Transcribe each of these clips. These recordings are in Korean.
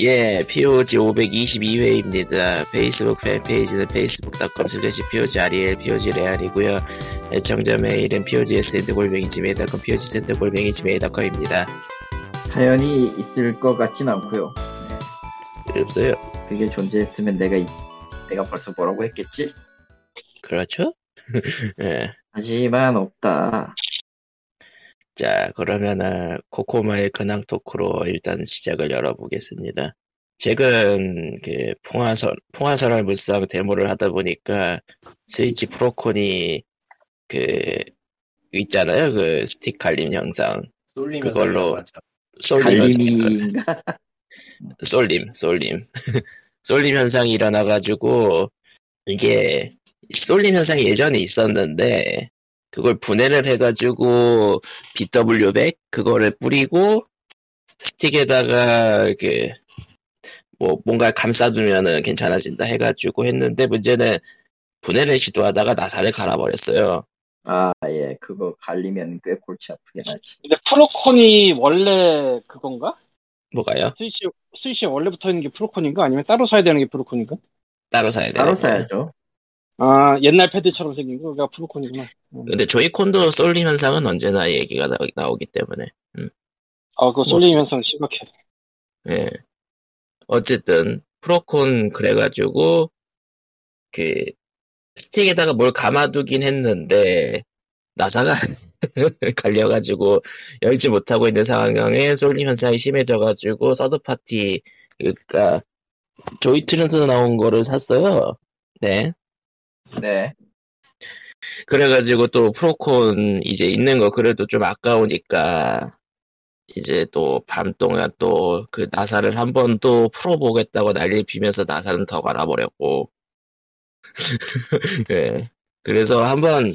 예, POG 522회입니다. 페이스북 팬페이지는 facebook.com slash POG REL, POG 레알이고요 애청자 메일은 POGSND골뱅이지메일.com, POGSND골뱅이지메일.com입니다. 사연이 있을 것 같진 않고요. 없어요. 그게 존재했으면 내가 이- 내가 벌써 뭐라고 했겠지? 그렇죠? 예. 하지만 없다. 자, 그러면은, 코코마의 근황 토크로 일단 시작을 열어보겠습니다. 최근, 그, 풍화설, 풍화설할 물상 데모를 하다 보니까, 스위치 프로콘이, 그, 있잖아요. 그, 스틱 갈림 영상. 쏠리면서 그걸로- 그냥 맞죠. 쏠림 현상. 갈림인가? 쏠림, 쏠림. 쏠림 현상이 일어나가지고, 이게, 쏠림 현상이 예전에 있었는데, 그걸 분해를 해가지고, BW100? 그거를 뿌리고, 스틱에다가, 그, 뭐, 뭔가 감싸두면은 괜찮아진다 해가지고 했는데, 문제는, 분해를 시도하다가 나사를 갈아버렸어요. 아, 예. 그거 갈리면 꽤 골치 아프긴 하지. 근데 프로콘이 원래 그건가? 뭐가요? 스위치 스위치 원래 붙어 있는 게 프로콘인가? 아니면 따로 사야 되는 게 프로콘인가? 따로 사야 돼요. 따로 사야죠. 아 옛날 패드처럼 생긴 거가 그러니까 프로콘이구나. 근데 조이콘도 쏠림 현상은 언제나 얘기가 나오- 나오기 때문에. 아 그거 쏠림 현상 심각해. 예. 어쨌든, 프로콘, 그래가지고, 그, 스틱에다가 뭘 감아두긴 했는데, 나사가 갈려가지고, 열지 못하고 있는 상황에 쏠림 현상이 심해져가지고, 서드파티, 그니까, 조이트렌서 나온 거를 샀어요. 네. 네. 그래가지고 또 프로콘 이제 있는 거 그래도 좀 아까우니까 이제 또 밤 동안 또 그 나사를 한 번 또 풀어보겠다고 난리 피면서 나사는 더 갈아버렸고 네. 그래서 한번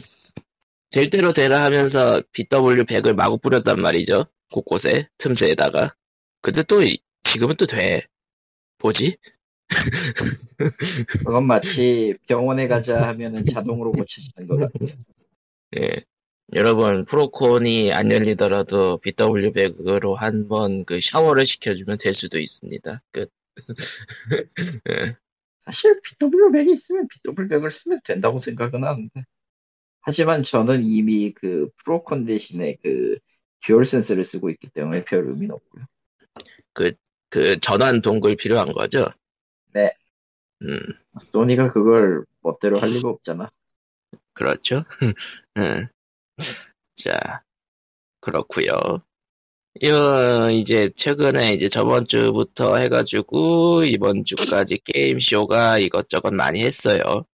될 대로 되라 하면서 BW100을 마구 뿌렸단 말이죠 곳곳에 틈새에다가 근데 또 이- 지금은 또 돼 뭐지? 그건 마치 병원에 가자 하면은 자동으로 고쳐지는 것 같아. 예. 여러분, 프로콘이 안 열리더라도 BW100으로 한번 그 샤워를 시켜주면 될 수도 있습니다. 그, 끝. 예. 사실 BW100이 있으면 BW100을 쓰면 된다고 생각은 하는데. 하지만 저는 이미 그 프로콘 대신에 그 듀얼 센서를 쓰고 있기 때문에 별 의미는 없고요. 그 전환 동굴 필요한 거죠? 네. 음, 소니가 그걸 멋대로 할 리가 없잖아. 그렇죠. 예. 자, 그렇고요 이어, 이제 최근에 이제 저번 주부터 해가지고 이번 주까지 게임쇼가 이것저것 많이 했어요.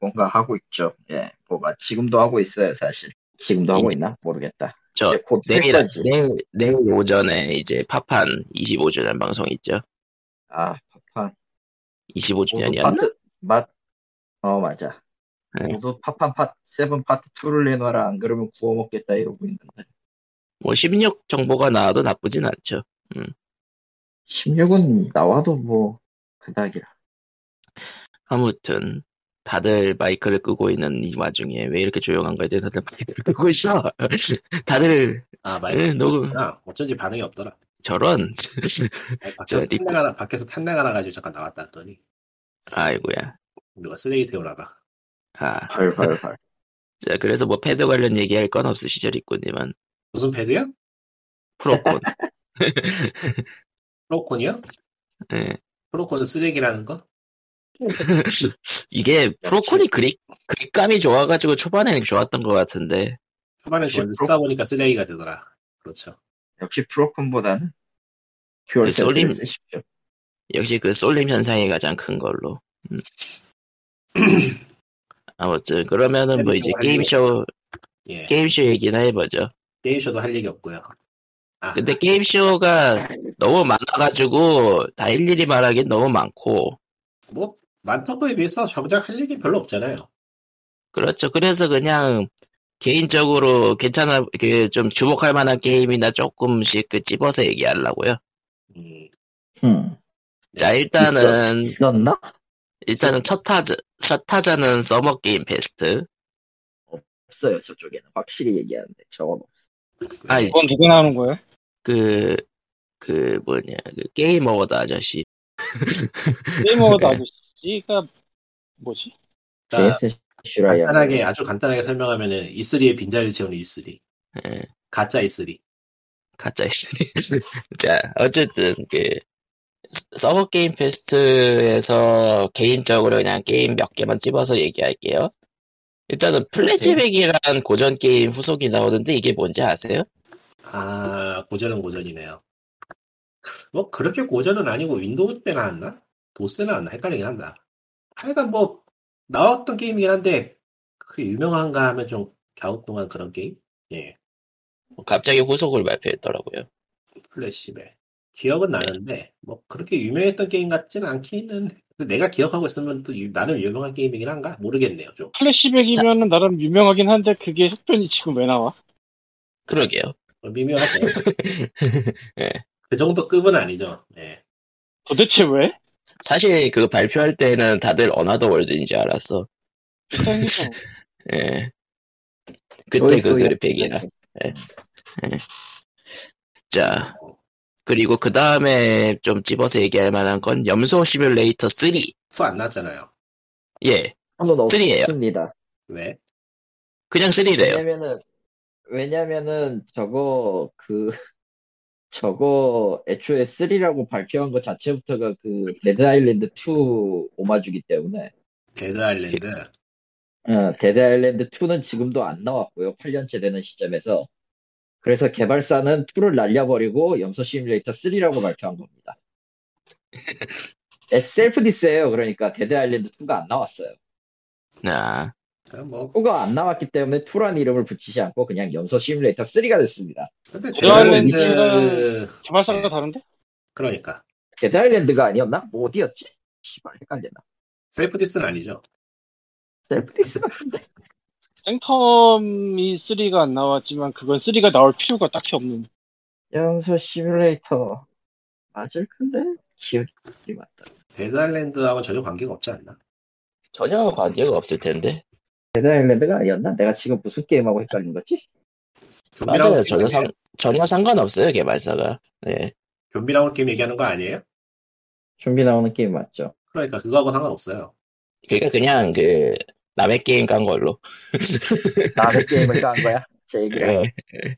뭔가 하고 있죠. 예, 뭐가 지금도 하고 있어요, 사실. 지금도 하고 이제- 있나 모르겠다. 저 이제 곧 어, 내일, 끝까지. 내일, 내일 오전에 이제 파판 25주년 방송 있죠? 아, 파판. 모두 25주년이었나? 파트 맛. 어, 맞아. 네. 모두 파판 파트 세븐 파트 2를 내놔라. 안 그러면 구워 먹겠다 이러고 있는데. 뭐, 16 정보가 나와도 나쁘진 않죠. 16은 나와도 뭐 그닥이라. 아무튼, 다들 마이크를 끄고 있는 이 와중에 왜 이렇게 조용한 거야? 다들 마이크를 끄고 있어! 다들, 아 예, 마이크 녹음, 아, 어쩐지 반응이 없더라. 저런. 아니, 저 밖에서 리프- 탄나가라 밖에서 탄나가라 가지고 잠깐 나왔다 했더니 아이고야. 누가 쓰레기 태우라가. 아, 헐헐헐. 자, 그래서 뭐, 패드 관련 얘기할 건 없으시죠, 리꾸님은? 무슨 패드야? 프로콘. 프로콘이요? 예. 프로콘은 쓰레기라는 거? 이게, 프로콘이 그립, 그립감이 좋아가지고 초반에는 좋았던 것 같은데, 초반에 혹시 먼저 프로- 쓰다 보니까 쓰레기가 되더라. 그렇죠. 역시 프로콘보다는 듀얼 그 센서를 쏠림- 쓰십시오. 역시 그 쏠림 현상이 가장 큰 걸로. 음. 아무튼 그러면은 뭐 이제 게임쇼 예. 게임쇼 얘기나 해보죠. 게임쇼도 할 얘기 없고요. 아, 근데 게임쇼가 너무 많아가지고 다 일일이 말하기엔 너무 많고 뭐 많던 거에 비해서 정작 할 얘기 별로 없잖아요. 그렇죠. 그래서 그냥 개인적으로 괜찮아 그좀 주목할 만한 게임이나 조금씩 그 찝어서 얘기하려고요. 음, 음. 자 일단은 있었나? 일단은 첫 타자 첫 타자는 서머 게임 페스트. 없어요 저쪽에는 확실히 얘기하는데 저건 없어. 아니 그건 누구나 하는 거예요? 그, 그 뭐냐, 그 게임 어워드 아저씨. 게이머워드 네. 아저씨가 뭐지? 그러니까 제임스 슈라이어. 간단하게 아주 간단하게 설명하면은 E3의 빈자리를 채우는 E3 예, 가짜 E E3 가짜 있으니. 자, 어쨌든, 그, 서버 게임 페스트에서 개인적으로 그냥 게임 몇 개만 찝어서 얘기할게요. 일단은 플래시백이란 고전 게임 후속이 나오는데 이게 뭔지 아세요? 아 고전은 고전이네요 뭐 그렇게 고전은 아니고 윈도우 때 나왔나? 도스 때 나왔나? 헷갈리긴 한다 하여간 뭐 나왔던 게임이긴 한데 그 유명한가 하면 좀 갸우뚱한 그런 게임? 예 갑자기 후속을 발표했더라고요. 플래시백 기억은 나는데 뭐 그렇게 유명했던 게임 같지는 않기는 해. 근데 내가 기억하고 있으면 또 유- 나름 유명한 게임이긴 한가? 모르겠네요 좀 플래시백이면은 나름 유명하긴 한데 그게 속편이 지금 왜 나와? 그러게요. 미묘하죠 예. 그 정도 급은 아니죠 예. 도대체 왜? 사실 그 발표할 때는 다들 어나더 월드인 줄 알았어. 속편이 예. 그때 그 그래픽이라. 자, 그리고 그 다음에 좀 집어서 얘기할 만한 건 염소 시뮬레이터 3. 또안 나왔잖아요. 예. 저는 쓰리예요. 없습니다. 왜? 그냥 3래요. 왜냐면은 왜냐면은 저거 그 저거 애초에 3라고 발표한 것 자체부터가 그 데드 아일랜드 2 오마주기 때문에 데드 아일랜드. 어, 데드 아일랜드 2는 지금도 안 나왔고요. 8년째 되는 시점에서 그래서 개발사는 2를 날려버리고 염소 시뮬레이터 3라고 발표한 겁니다. 에, 셀프 디스예요. 그러니까 데드 아일랜드 2가 안 나왔어요. 아, 그냥 뭐 2가 안 나왔기 때문에 2라는 이름을 붙이지 않고 그냥 염소 시뮬레이터 3가 됐습니다. 근데 데드 데드 아일랜드 아일랜드는- 개발사가 네. 다른데? 그러니까 데드 아일랜드가 아니었나? 뭐 어디였지? 씨발 헷갈리나. 셀프 디스는 아니죠. 셀프 디스 같은데. 생텀이 3가 안 나왔지만 그건 3가 나올 필요가 딱히 없는 염소 시뮬레이터 맞을 건데 기억이 맞다. 데드 아일랜드하고 전혀 관계가 없지 않나? 전혀 관계가 없을 텐데. 데드 아일랜드가 아니었나? 내가 지금 무슨 게임하고 헷갈린 거지? 좀비라고 맞아요. 게임 전혀 상, 아니에요? 전혀 상관없어요, 개발사가. 네. 좀비라고 게임 얘기하는 거 아니에요? 좀비 나오는 게임 맞죠? 그러니까 그거하고 상관없어요. 그니까 그냥 그, 남의 게임 간 걸로. 남의 게임을 깐 거야? 제 얘기를. 예.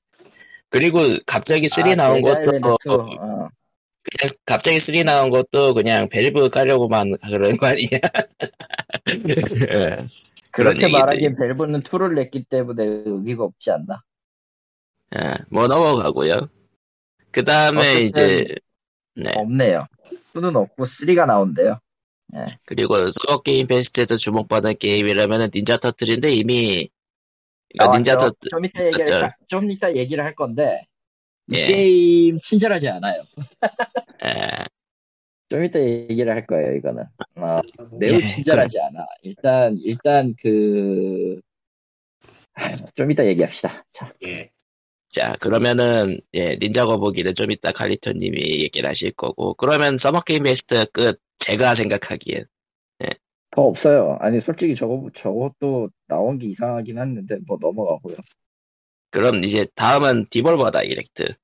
그리고 갑자기 3 아, 나온 데드 아일랜드 것도, 2, 어. 그냥 갑자기 3 나온 것도 그냥 밸브 까려고만 그런 거 아니냐. 예. 그렇게 얘기들이- 말하기엔 벨브는 2를 냈기 때문에 의미가 없지 않나? 예, 뭐 넘어가고요. 그 다음에 어쨌든- 이제 네 없네요. 2는 없고 3가 나온대요. 그리고 서버 게임 페스트에서 주목받은 게임이라면 닌자 터틀인데 이미 그러니까 나왔죠? 닌자 터틀 좀 이따 얘기를 맞죠. 좀 이따 얘기를 할 건데 이 예, 게임 친절하지 않아요. 예, 좀 이따 얘기를 할 거예요, 이거는. 어, 매우 예, 친절하지 않아. 일단, 일단 그, 좀 이따 얘기합시다. 자, 예. 자 그러면은 예 닌자 거북이는 좀 이따 갈리토님이 얘기를 하실 거고 그러면 서버 게임 페스트 끝 제가 생각하기엔 더 없어요. 아니, 솔직히 저거, 저것도 나온 게 이상하긴 했는데, 뭐 넘어가고요. 그럼 이제 다음은 디볼버 다이렉트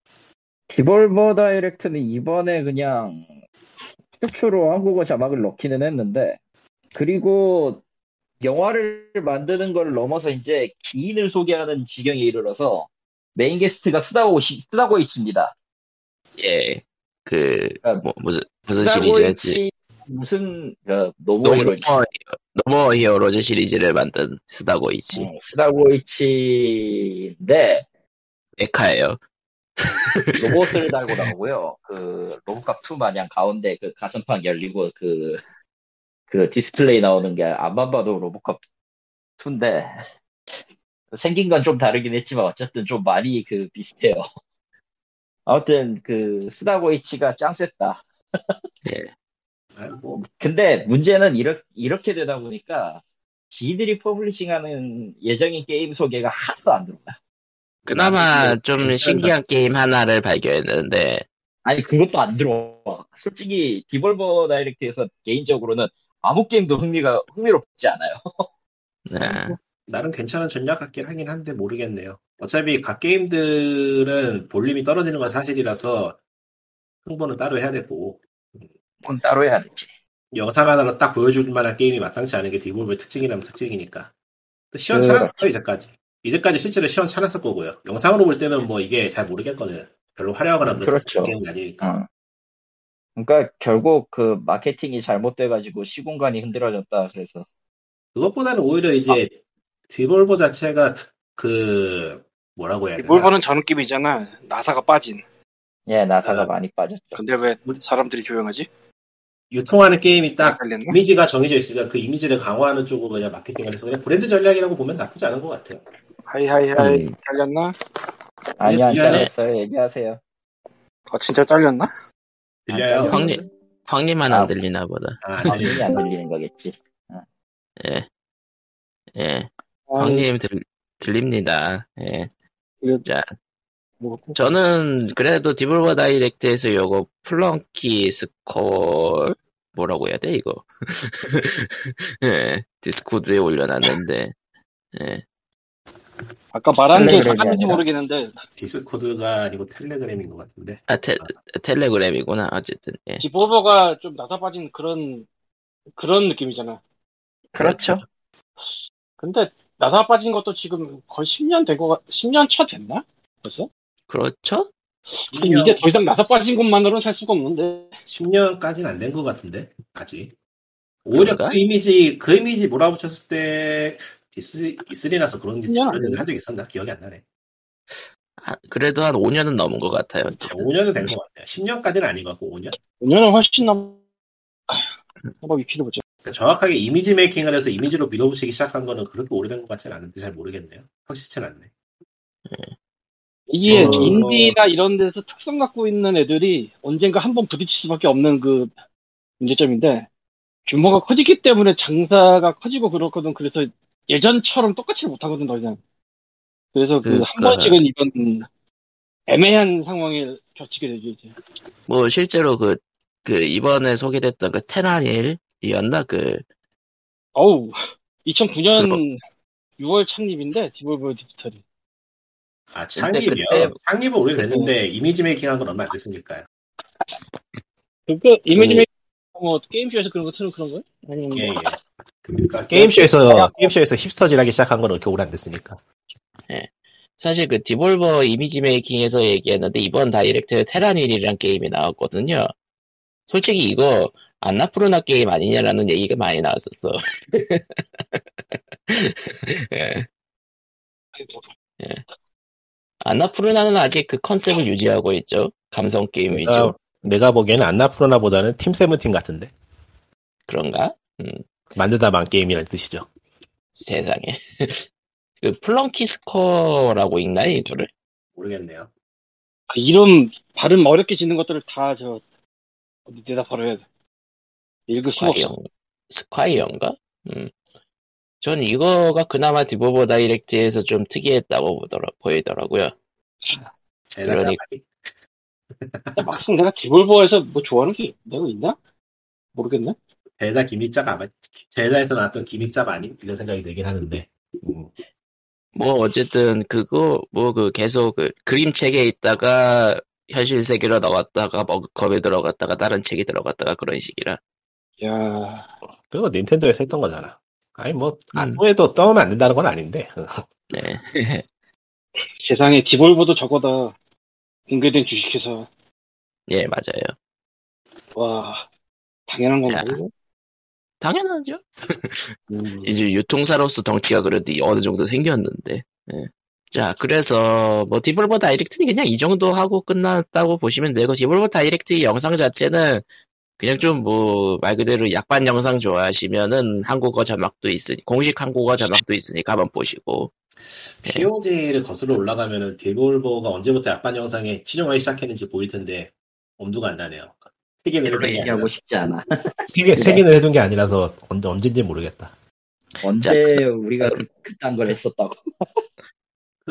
디볼버 다이렉트는 이번에 그냥 최초로 한국어 자막을 넣기는 했는데, 그리고 영화를 만드는 걸 넘어서 이제 기인을 소개하는 지경에 이르러서 메인 게스트가 쓰다고이치, 쓰다고이치입니다. 예, 예그 뭐, 무슨 무슨 시리즈였지 어, 스타고이치 무슨 그 노모 노모이로 노모 히어로즈 시리즈를 만든 스다고이치 음. 어, 스타고이치인데 메카예요 로봇을 달고 나오고요. 그 로봇캅 2 마냥 가운데 그 가슴팍 열리고 그 그 디스플레이 나오는 게 안만 봐도 로봇캅 2인데 생긴 건 좀 다르긴 했지만 어쨌든 좀 많이 그 비슷해요. 아무튼 그 스다고이치가 짱 셌다. 아, 뭐 근데 문제는 이렇게, 이렇게 되다 보니까 지들이 퍼블리싱하는 예정인 게임 소개가 하나도 안 들어가. 그나마 아, 네. 음, 좀 신기한 게임 하나를 발견했는데, 아니 그것도 안 들어와. 솔직히 디볼버 다이렉트에서 개인적으로는 아무 게임도 흥미가 흥미롭지 않아요. 네. 나름 괜찮은 전략 같긴 하긴 한데 모르겠네요. 어차피 각 게임들은 볼륨이 떨어지는 건 사실이라서 흥보는 따로 해야 되고 그건 따로 해야 되지. 영상 하나로 딱 보여줄 만한 게임이 마땅치 않은 게 디볼브의 특징이라면 특징이니까. 또 네. 시원찮았어, 이제까지. 이제까지 실제로 시원찮았을 거고요. 영상으로 볼 때는 뭐 이게 잘 모르겠거든. 별로 화려하거나 그런 그렇죠. 게임이 아니니까. 어. 그러니까 결국 그 마케팅이 잘못돼가지고 시공간이 흔들어졌다 그래서 그것보다는 오히려 이제 디볼버 자체가 특- 그, 뭐라고 해야 되나. 디볼버는 저 느낌이잖아. 나사가 빠진. 예 나사가 아. 많이 빠졌죠. 근데 왜 사람들이 조용하지? 유통하는 게임이 딱 깔렸나? 이미지가 정해져 있으니까 그 이미지를 강화하는 쪽으로 그냥 마케팅을 해서 그냥 브랜드 전략이라고 보면 나쁘지 않은 것 같아요. 하이 하이 아, 음. 음. 하이 잘렸나? 아니 안 미안해. 잘렸어요 얘기하세요. 아 진짜 잘렸나? 들려요? 안 광리- 광님만 아. 안 들리나 보다. 아, 아, 아니, 이게 안 들리는 거겠지. 예. 예. 아니, 광님 들, 들립니다. 예. 뭐, 저는 그래도 디볼버 다이렉트에서 요거 플렁키 스콜 뭐라고 해야 돼 이거 예, 디스코드에 올려놨는데 예, 아까 말한 게 텔레그램이 맞는지 아니라? 모르겠는데 디스코드가 아니고 텔레그램인 것 같은데. 아, 텔, 텔레그램이구나 어쨌든 예. 디볼버가 좀 나사 빠진 그런 그런 느낌이잖아. 그렇죠. 근데 나사 빠진 것도 지금 거의 10년 된 거 같, 10년 차 됐나? 벌써? 그렇죠? 아니, 이제 더 이상 나사 빠진 것만으로는 살 수가 없는데. 10년까지는 안 된 것 같은데 아직 오히려 그런가? 그 이미지 그 이미지 몰아붙였을 때 디스 이슬이라서 그런지 10년 안 그런 한적 있었나 기억이 안 나네 아, 그래도 한 5년은 넘은 것 같아요. 어쨌든. 5년은 된 것 같아요 10년까지는 아닌 것 같고 5년 내년은 훨씬 남. 한번 위키를 보자. 그러니까 정확하게 이미지 메이킹을 해서 이미지로 밀어붙이기 시작한 거는 그렇게 오래된 것 같지는 않은데 잘 모르겠네요 확실치는 않네 이게 어. 인디나 이런 데서 특성 갖고 있는 애들이 언젠가 한번 부딪힐 수밖에 없는 그 문제점인데 규모가 커지기 때문에 장사가 커지고 그렇거든. 그래서 예전처럼 똑같이 못하거든 더 이상. 그래서 그 그, 한 번씩은 이런 애매한 상황에 겹치게 되죠 이제. 뭐 실제로 그, 그 이번에 소개됐던 그 테란일이었나 그 어우 2009년 그럼. 6월 창립인데 디볼버 디지털이. 아 근데 창립이요 그때- 창립은 오래됐는데 이미지 메이킹한 건 얼마 안 됐으니까요 그러니까 이미지 그- 메이뭐 게임쇼에서 그런 거 트는 그런 거요? 아니면 뭐 예, 예. 그러니까 게임쇼에서 게임쇼에서 힙스터질하기 시작한 건 그렇게 오래 안 됐으니까 사실 그 디볼버 이미지 메이킹에서 얘기했는데 이번 다이렉트에 테란일이란 게임이 나왔거든요. 솔직히 이거 안나푸르나 게임 아니냐라는 얘기가 많이 나왔었어. 예. 안나푸르나는 아직 그 컨셉을 유지하고 있죠. 감성 게임 위주 내가, 어, 내가 보기에는 안나프로나보다는 팀 세븐틴 같은데 그런가? 만들다 만 게임이라는 뜻이죠. 세상에. 그 플렁키 스커라고 읽나요 이거를? 모르겠네요. 그 이름 발음 어렵게 짓는 것들을 다 저 어디다 버려야 돼. 읽을 수가 없어. 스콰이어 스콰이어인가? 음. 전 이거가 그나마 디보버 다이렉트에서 좀 특이했다고 보더라, 보이더라고요. 제가 그러니까. 자판이- 근데 뭐, 막상 내가 디볼버에서 뭐 좋아하는 게 내가 있나? 모르겠네. 젤다 기믹자가 아마 젤다에서 나왔던 기믹자가 아닌 이런 생각이 들긴 하는데 음, 네. 뭐 어쨌든 그거 뭐 그 계속 그 그림책에 있다가 현실 세계로 나왔다가 머그컵에 들어갔다가 다른 책이 들어갔다가 그런 식이라 야 그거 닌텐도에서 했던 거잖아. 아니 뭐안 음. 해도 떠오면 안 된다는 건 아닌데 네 세상에 디볼버도 저거다. 공개된 주식회사. 예, 맞아요 와 당연한 건 야. 아니고. 당연하죠 음. 네. 이제 유통사로서 덩치가 그래도 어느 정도 생겼는데 예. 자 그래서 뭐 디볼버 다이렉트는 그냥 이 정도 하고 끝났다고 보시면 되고 디볼버 다이렉트 의 영상 자체는 그냥 좀 뭐 말 그대로 약반 영상 좋아하시면은 한국어 자막도 있으니 공식 한국어 자막도 있으니까 한번 보시고 POJ를 거슬러 올라가면은 데볼버가 언제부터 약반 영상에 치중하기 시작했는지 보일 텐데 엄두가 안 나네요. 세개를 별로 해둔 게 얘기하고 아니라 싶지 않아. 세 개- 세 개는 해둔 게 아니라서 언제 언제인지 모르겠다. 언제 우리가 그, 그딴 걸 했었다고?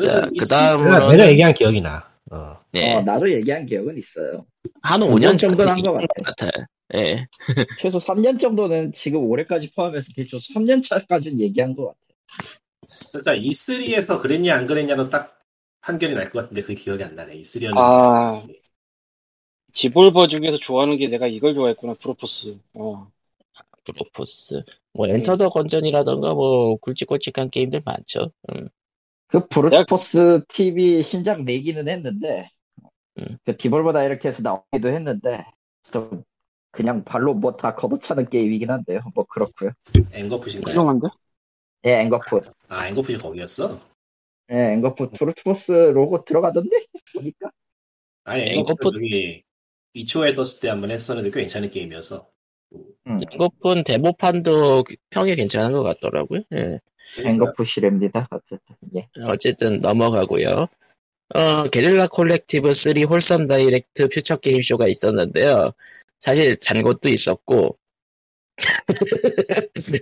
자, 그래도 있으니까 그다음으로는- 내가 얘기한 기억이 나. 어. 예. 어, 나도 얘기한 기억은 있어요. 한 아, 두 5년 번 정도는 한것 같아. 요 예. 최소 3년 정도는 지금 올해까지 포함해서 대충 3년 차까지는 얘기한 것 같아. 그러니까 E3에서 그랬냐 안 그랬냐는 딱 판결이 날 것 같은데 그 기억이 안 나네. E3였는데 아 지볼버 아, 중에서 좋아하는 게 내가 이걸 좋아했구나 프로포스. 어. 브로포스 뭐 네. 엔터 더 건전이라던가 뭐 굵직굵직한 게임들 많죠 음. 그 브루트포스 TV 신작 내기는 했는데 음. 그 디볼버 다이렉트에서 나오기도 했는데 좀 그냥 발로 뭐 다 거부차는 게임이긴 한데요. 뭐 그렇고요. 네. 앵거푸신가요? 훌륭한데? 예, 앵거포. 아 앵거푸신 거기였어? 예, 앵거포 브루트포스 로고 들어가던데 보니까 아니 앵거푸- 앵거푸 여기 2초에 떴을 때 한 번 했었는데 꽤 괜찮은 게임이어서 음, 예, 이것뿐 데모판도 평이 괜찮은 것 같더라고요 예. 앵거포시랍니다. 어쨌든 예. 어쨌든 넘어가고요 어, 게릴라 콜렉티브 3 홀썸 다이렉트 퓨처 게임 쇼가 있었는데요 사실 잔 것도 있었고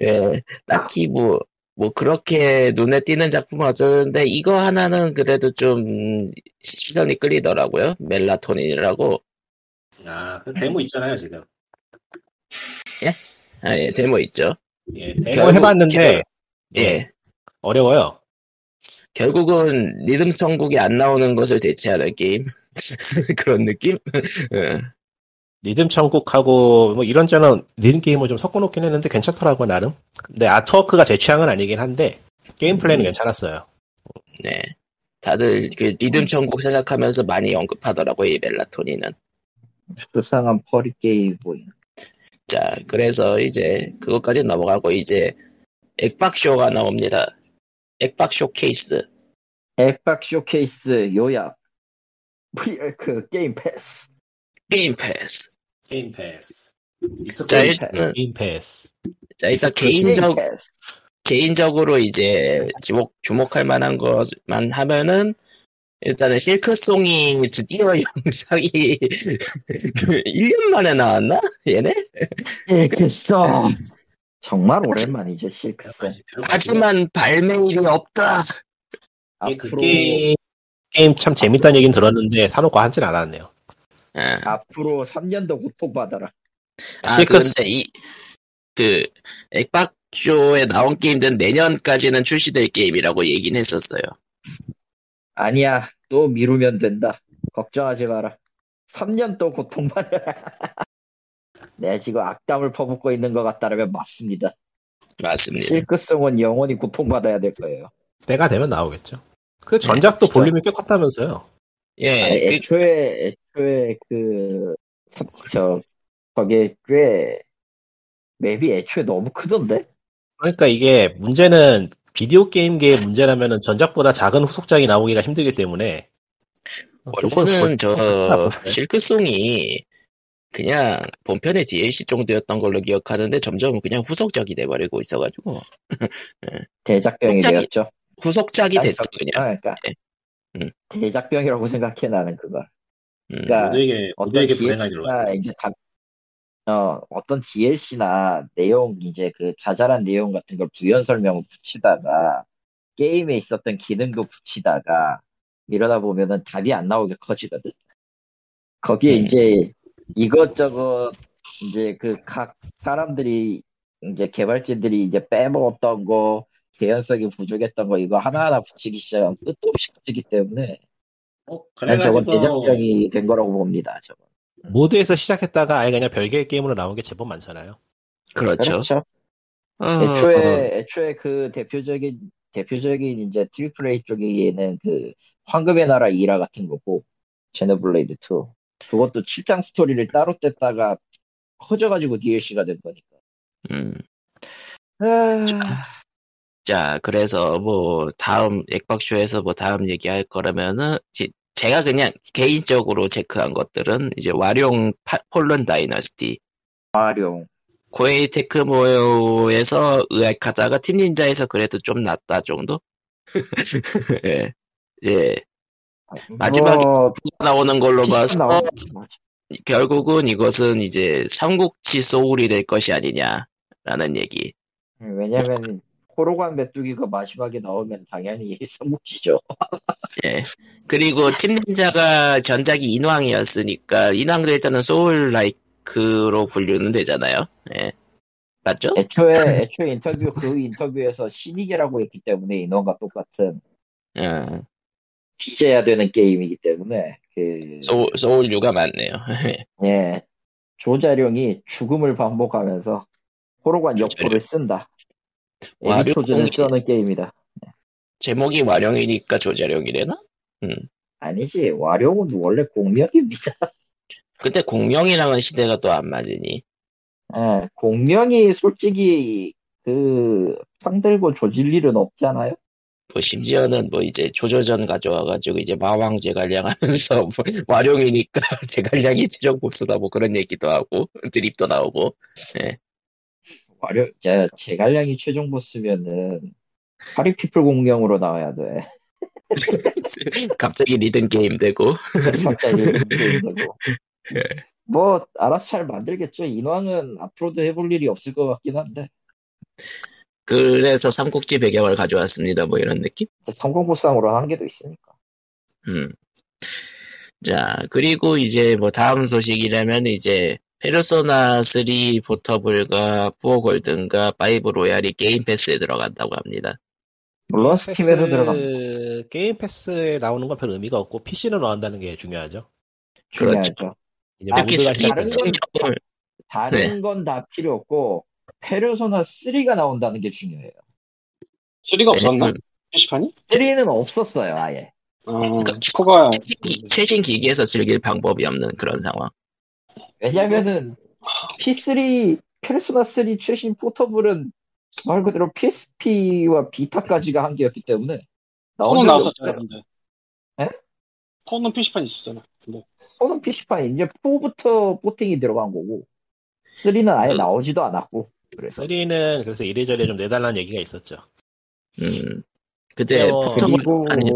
예, 딱히 뭐, 뭐 그렇게 눈에 띄는 작품은 없었는데 이거 하나는 그래도 좀 시- 시선이 끌리더라고요 멜라토닌이라고 아그 데모 있잖아요 지금 아, 예, 데모 있죠. 예 데모 결국 이거 해봤는데 걔가- 네. 예. 어려워요. 결국은 리듬 천국이 안 나오는 것을 대체하는 게임. 그런 느낌? 예. 리듬 천국하고 뭐 이런저런 리듬 게임을 좀 섞어놓긴 했는데 괜찮더라고요 나름. 근데 아트워크가 제 취향은 아니긴 한데 게임 플레이는 음. 괜찮았어요. 네. 다들 그 리듬 천국 생각하면서 많이 언급하더라고요, 이 멜라토닌은. 수상한 퍼리 게임 보인. 자, 그래서 이제 그것까지 넘어가고 이제 액박쇼가 나옵니다. 액박쇼 케이스. 액박 쇼케이스 요약. VR 그 게임 패스. 게임 패스. 게임 패스 있을 자, 거예요. 일단은, 게임 패스. 자, 일단 그 게임 개인적, 패스. 개인적으로 이제 주목, 주목할 만한 것만 하면은 일단은 실크송이 드디어 영상이 그 1년 만에 나왔나? 얘네? 실크송. 정말 오랜만이죠, 실크송. 아, 하지만 발매일이 없다. 이게 그 앞으로, 게임, 게임 참 재밌다는 얘기는 들었는데 사놓고 하진 않았네요. 예. 앞으로 3년 더 고통받아라. 아 실크스- 그런데 이 그 액박쇼에 나온 게임들은 내년까지는 출시될 게임이라고 얘긴 했었어요. 아니야, 또 미루면 된다. 걱정하지 마라. 3년 또 고통받아라. 내가 지금 악담을 퍼붓고 있는 것 같다라면 맞습니다. 맞습니다. 실크송은 영원히 고통받아야 될 거예요. 때가 되면 나오겠죠. 그 전작도 그렇죠. 진짜. 볼륨이 꽤 컸다면서요. 아니, 예, 그, 애초에, 애초에 그, 삼- 저, 저게 꽤, 맵이 애초에 너무 크던데? 그러니까 이게 문제는 비디오 게임계의 문제라면은 전작보다 작은 후속작이 나오기가 힘들기 때문에 어, 원래는 저 볼- 실크송이 그냥 본편의 DLC 정도였던 걸로 기억하는데 점점 그냥 후속작이 돼버리고 있어가지고 대작병이 갑자기 되었죠. 후속작이 아니, 됐죠 저- 그냥. 아, 그러니까 네. 음. 대작병이라고 생각해 나는 그걸. 음. 그러니까 모두에게 어떤 모두에게 불행한 일로 DLC나 이제 다, 어, 어떤 DLC나 내용 이제 그 자잘한 내용 같은 걸 부연 설명을 붙이다가 게임에 있었던 기능도 붙이다가 이러다 보면은 답이 안 나오게 커지거든. 네. 거기에 음. 이제 이것저것 이제 그 각 사람들이 이제 개발진들이 이제 빼먹었던 거 개연성이 부족했던 거 이거 하나하나 붙이기 시작하면 끝도 없이 붙이기 때문에 어, 난 저건 그래가지고 대작병이 된 거라고 봅니다. 저건. 모드에서 시작했다가 아예 그냥 별개의 게임으로 나온 게 제법 많잖아요. 그렇죠. 어, 그러니까 애초에 애초에 그 대표적인 대표적인 이제 트리플 A 쪽에는 그 황금의 나라 2라 같은 거고 제너블레이드 2 그것도 7장 스토리를 따로 뗐다가 커져가지고 DLC가 된 거니까 음. 아, 자, 그래서 뭐 다음 액박쇼에서 뭐 다음 얘기할 거라면은 제, 제가 그냥 개인적으로 체크한 것들은 이제 와룡 파- 폴른 다이너스티, 마룡 코에이 테크모에서 의학하다가 팀 닌자에서 그래도 좀 낫다 정도? 예. 예. 마지막에 뭐, 나오는 걸로 PC 봐서 나오는 거지, 맞아. 결국은 이것은 이제 삼국지 소울이 될 것이 아니냐라는 얘기. 음, 왜냐면 호로간 메뚜기가 마지막에 나오면 당연히 삼국지죠 예. 그리고 팀 닌자가 전작이 인왕이었으니까 인왕도 일단은 소울 라이크로 분류는 되잖아요. 예. 맞죠? 애초에 애초에 인터뷰 그 인터뷰에서 신이계라고 했기 때문에 인원과 똑같은 예. 뒤져야 되는 게임이기 때문에 그 그 소울, 소울 유가 많네요. 예, 조자룡이 죽음을 반복하면서 호로관 조자룡. 역포를 쓴다. 와, 에비초즈는 류공주. 쓰는 게임이다. 제목이 와령이니까 조자룡이래나? 아니지, 와룡은 원래 공명입니다. 그때 공명이랑은 시대가 또 안 맞으니. 예, 공명이 솔직히 그 편들고 조질 일은 없잖아요. 뭐 심지어는 뭐 이제 조조전 가져와가지고 이제 마왕 제갈량하면서 뭐 와룡이니까 제갈량이 최종 보스다 뭐 그런 얘기도 하고 드립도 나오고 와룡, 제, 제갈량이 최종 보스면은 파리피플 공명으로 나와야 돼. 갑자기 리듬 게임 되고 갑자기 되고. 예. 뭐 알아서 잘 만들겠죠. 인왕은 앞으로도 해볼 일이 없을 것 같긴 한데. 그래서 삼국지 배경을 가져왔습니다 뭐 이런 느낌? 성공보상으로 하는 게도 있으니까. 음. 자, 그리고 이제 뭐 다음 소식이라면 이제 페르소나 3 포터블과 4 골든과 5 로얄이 게임 패스에 들어간다고 합니다. 물론 스팀에서 들어가면 패스- 게임 패스에 나오는 건 별 의미가 없고 PC는 나온다는 게 중요하죠. 그렇죠. 중요하죠. 이제 아, 특히 모두가 스팀. 시작했죠. 다른 건 다른 건 다 필요 없고 페르소나 3가 나온다는 게 중요해요. 네. 3가 없었나? PC판이? 3는 없었어요, 아예. 어, 음. 그러니까 주- 코가 최신, 기- 최신 기기에서 즐길 방법이 없는 그런 상황. 왜냐면은 P3 페르소나 3 최신 포터블은 말 그대로 PSP와 비타까지가 한계였기 때문에 폰은 나온 적이 나왔었잖아, 없어요. 근데. 에? 예? 폰은 PC판 있었잖아. 근데. 4는 PC판 이제 4부터 포팅이 들어간 거고 3는 아예 음. 나오지도 않았고 그래서 3는 그래서 이래저래 좀 내달라는 얘기가 있었죠. 음. 그때 어, 포터블, 그리고 아니,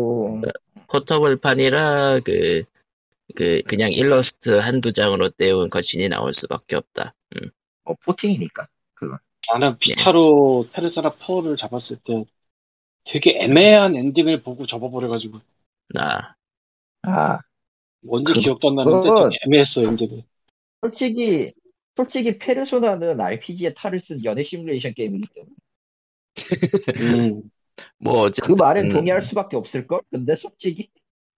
포터블판이라 그, 그, 그냥 일러스트 한두 장으로 때운 거신이 나올 수밖에 없다. 음. 뭐 포팅이니까 나는 비타로 페르소나 4를 잡았을 때 되게 애매한 엔딩을 보고 접어버려가지고 나. 아 뭔지 그- 기억도 안 나는데 그건- 좀 애매했어 엔딩이. 솔직히 솔직히 페르소나는 RPG의 탈을 쓴 연애 시뮬레이션 게임이기 때문에 음, 뭐, 그 어쨌든. 말엔 동의할 수밖에 없을 걸. 근데 솔직히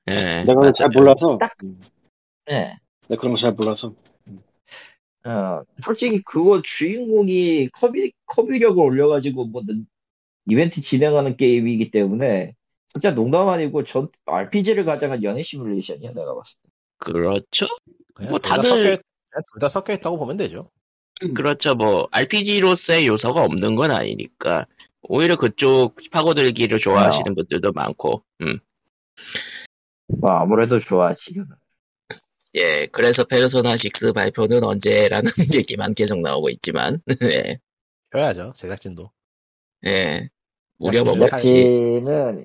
예, 내가 맞아요. 잘 몰라서 딱- 음, 예. 내가 그런 거 잘 몰라서 어, 솔직히 그거 주인공이 커비 커비력을 올려가지고 뭐든 이벤트 진행하는 게임이기 때문에 진짜 농담 아니고 전 RPG를 가장한 연애 시뮬레이션이야 내가 봤을 때. 그렇죠. 그냥 뭐 둘다 다들- 섞여 있- 그냥 둘 다 섞여 있다고 보면 되죠. 그렇죠. 뭐, RPG로서의 요소가 없는 건 아니니까. 오히려 그쪽 파고들기를 좋아하시는 분들도 많고, 음. 뭐 아무래도 좋아 지금. 예, 그래서 페르소나 6 발표는 언제라는 얘기만 계속 나오고 있지만, 예, 줘야죠 제작진도. 예. 무려 약간 먹어야지. 제작진은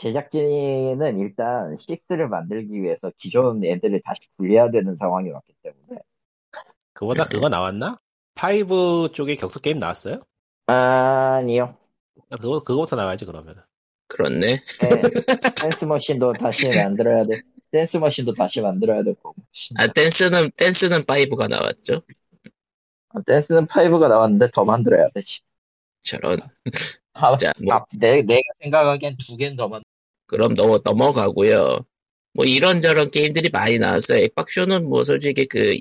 제작진은 일단 6를 만들기 위해서 기존 애들을 다시 굴려야 되는 상황이 왔기 때문에 그보다 네. 그거 나왔나? 5 쪽에 격투 게임 나왔어요? 아니요. 그거 그거부터 나와야지 그러면. 그렇네. 네. 댄스 머신도 다시 만들어야 돼. 댄스 머신도 다시 만들어야 될 거고. 아, 댄스는, 댄스는 5가 나왔죠. 아, 댄스는 5가 나왔는데 더 만들어야 돼. 지금. 저런. 아, 자, 뭐, 아, 내, 내가 생각하기엔 두 개는 더 만. 그럼 넘어, 넘어가고요. 뭐 이런저런 게임들이 많이 나왔어요. 액박쇼는 뭐 솔직히 그